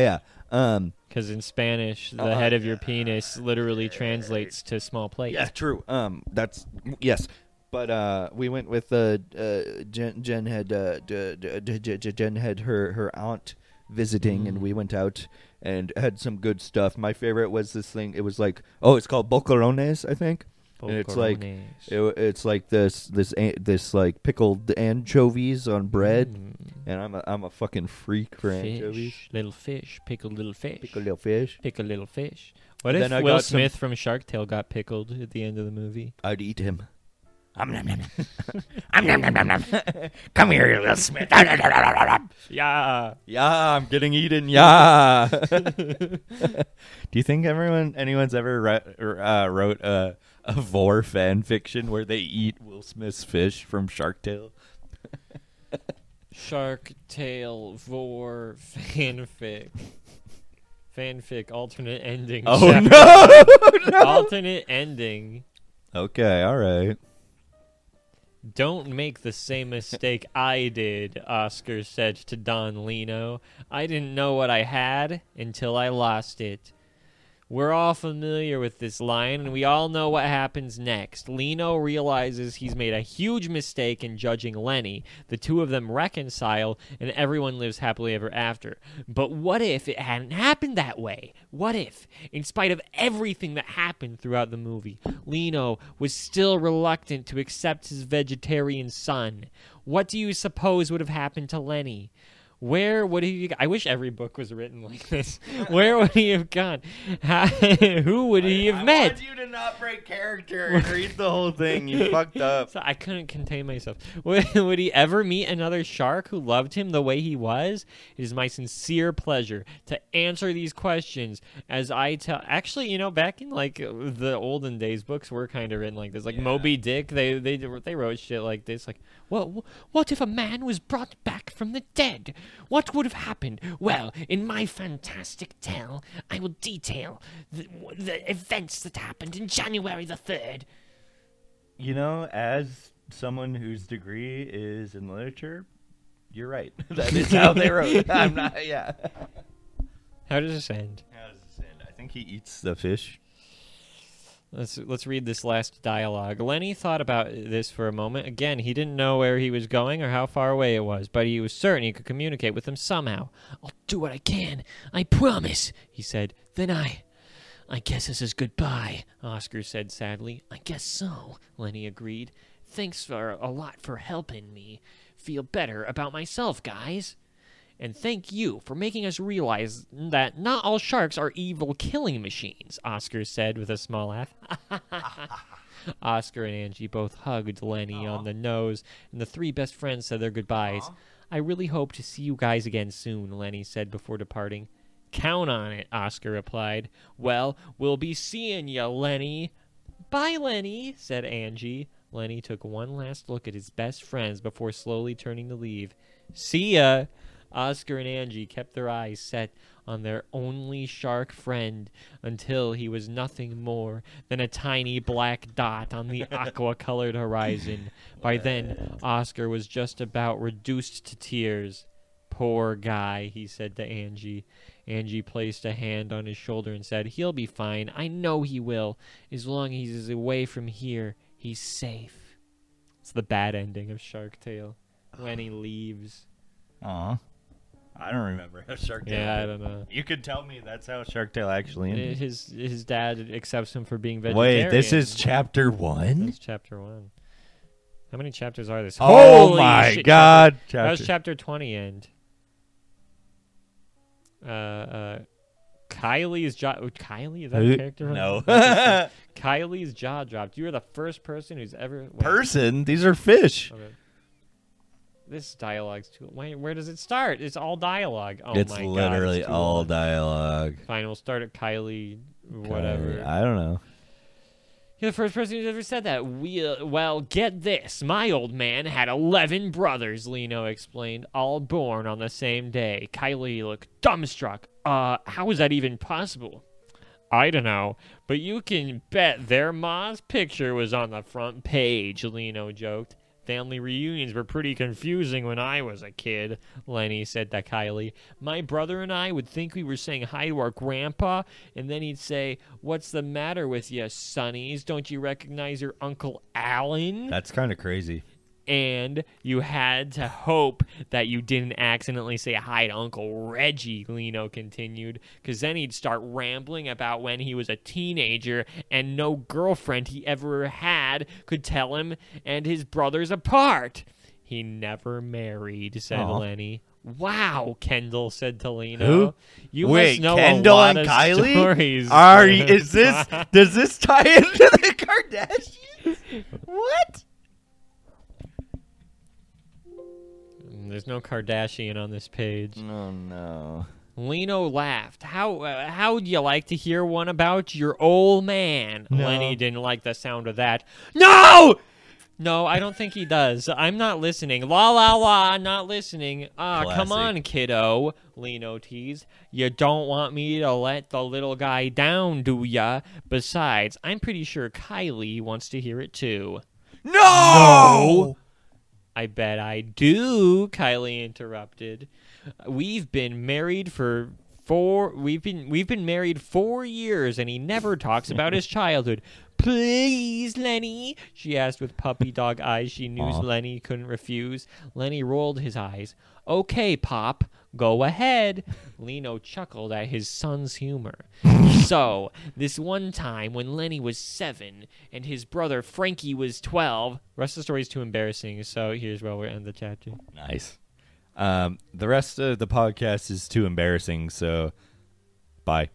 yeah. Um,
Because in Spanish, the
Uh,
head of your penis literally translates to small plate.
Yeah, true. Um, that's yes. But uh, we went with uh, uh Jen. Jen had uh, d- d- d- d- d- Jen had her her aunt visiting, and
Mm.
we went out and had some good stuff. My favorite was this thing. It was like oh, it's called bocarones, I think. And it's like
Bocarones.
it, it's like this this an- this like pickled anchovies on bread,
Mm.
and I'm a I'm a fucking freak for anchovies.
Fish, little fish, pickled little fish,
Pickled little fish.
pickled little fish. What if
Then I
Will
got some-
Smith from Shark Tale got pickled at the end of the movie?
I'd eat him.
Come here, you little Smith.
Yeah.
Yeah, I'm getting eaten. Yeah. Do you think everyone, anyone's ever ri- or, uh, wrote a, a vor fan fiction where they eat Will Smith's fish from Shark Tale?
Shark Tale vor fanfic. Fanfic alternate ending.
Oh
chapter.
no! no!
Alternate ending.
Okay, all right.
Don't make the same mistake I did, Oscar said to Don Lino. I didn't know what I had until I lost it. We're all familiar with this line, and we all know what happens next. Lino realizes he's made a huge mistake in judging Lenny. The two of them reconcile, and everyone lives happily ever after. But what if it hadn't happened that way? What if, in spite of everything that happened throughout the movie, Lino was still reluctant to accept his vegetarian son? What do you suppose would have happened to Lenny? Where would he? I wish every book was written like this. Where would he have gone? How- who would he have met?
you to not break character and read the whole thing. You fucked up.
So I couldn't contain myself. Would, would he ever meet another shark who loved him the way he was? It is my sincere pleasure to answer these questions as I tell. Actually, you know, back in like the olden days, books were kind of written like this. Like Moby Dick, they they they wrote shit like this. Like, well, what if a man was brought back from the dead? What would have happened? Well, in my fantastic tale, I will detail the, the events that happened in January the third.
You know, as someone whose degree is in literature, you're right. that is how they wrote. I'm not, yeah.
How does this end?
How does this end? I think he eats the fish.
Let's let's read this last dialogue. Lenny thought about this for a moment. Again, he didn't know where he was going or how far away it was, but he was certain he could communicate with them somehow. I'll do what I can. I promise, he said. Then I I guess this is goodbye, Oscar said sadly. I guess so, Lenny agreed. Thanks for a lot for helping me feel better about myself, guys. And thank you for making us realize that not all sharks are evil killing machines, Oscar said with a small laugh. Oscar and Angie both hugged Lenny on the nose, and the three best friends said their goodbyes. I really hope to see you guys again soon, Lenny said before departing. Count on it, Oscar replied. Well, we'll be seeing ya, Lenny. Bye, Lenny, said Angie. Lenny took one last look at his best friends before slowly turning to leave. See ya! Oscar and Angie kept their eyes set on their only shark friend until he was nothing more than a tiny black dot on the aqua colored horizon. By then, Oscar was just about reduced to tears. Poor guy, he said to Angie. Angie placed a hand on his shoulder and said, He'll be fine. I know he will. As long as he's away from here, he's safe. It's the bad ending of Shark Tale. Lenny leaves.
Aw. I don't remember how Shark Tale.
Yeah, I don't know.
You could tell me that's how Shark Tale
Eh,
actually ended.
His his dad accepts him for being vegetarian.
Wait, this is chapter one?
That's chapter one. How many chapters are this?
Oh
Holy
my
shit,
god.
Chapter, how's
Chapter-
chapter twenty end? Uh, uh, Kylie's jaw. oh, Kylie is that a character? from-
no.
Kylie's jaw dropped. You are the first person who's ever. wait,
Person? These are fish.
okay. This dialogue's too. Why, where does it start? It's all dialogue. Oh
it's
my
literally
god! it's too
all
long.
dialogue.
Fine, we'll start at Kylie, whatever.
I don't know.
You're the first person who's ever said that. We, uh, well, get this. My old man had 11 brothers, Lino explained, all born on the same day. Kylie looked dumbstruck. Uh, how is that even possible? I don't know, but you can bet their ma's picture was on the front page, Lino joked. Family reunions were pretty confusing when I was a kid, Lenny said to Kylie. My brother and I would think we were saying hi to our grandpa, and then he'd say, What's the matter with you, sonnies? Don't you recognize your Uncle Alan?
That's kind of crazy.
and you had to hope that you didn't accidentally say hi to Uncle Reggie, Lino continued, because then he'd start rambling about when he was a teenager and no girlfriend he ever had could tell him and his brothers apart. He never married, said
Aw.
Lenny. Wow, Kendall said to Lino.
Who?
You must
Wait,
know
Kendall
a lot
and
of
Kylie?
stories.
Are you, is this does this tie into the Kardashians?
what? There's no Kardashian on this page.
Oh no.
Lino laughed. How uh, how would you like to hear one about your old man?
No.
Lenny didn't like the sound of that. No, no, I don't think he does. I'm not listening. La la la, not listening. Ah, come
Classic.
on, kiddo. Lino teased. You don't want me to let the little guy down, do ya? Besides, I'm pretty sure Kylie wants to hear it too. No! I bet I do, Kylie interrupted. We've been married for four we've been we've been married 4 years and he never talks about his childhood. Please, Lenny, she asked with puppy dog eyes she knew
Aw.
Lenny couldn't refuse. Lenny rolled his eyes. "Okay, pop, go ahead." Lino chuckled at his son's humor. so, this one time when Lenny was 7 and his brother Frankie was 12, rest of the story is too embarrassing, so here's where we'll end the chapter.
Nice. Um, the rest of the podcast is too embarrassing, so bye.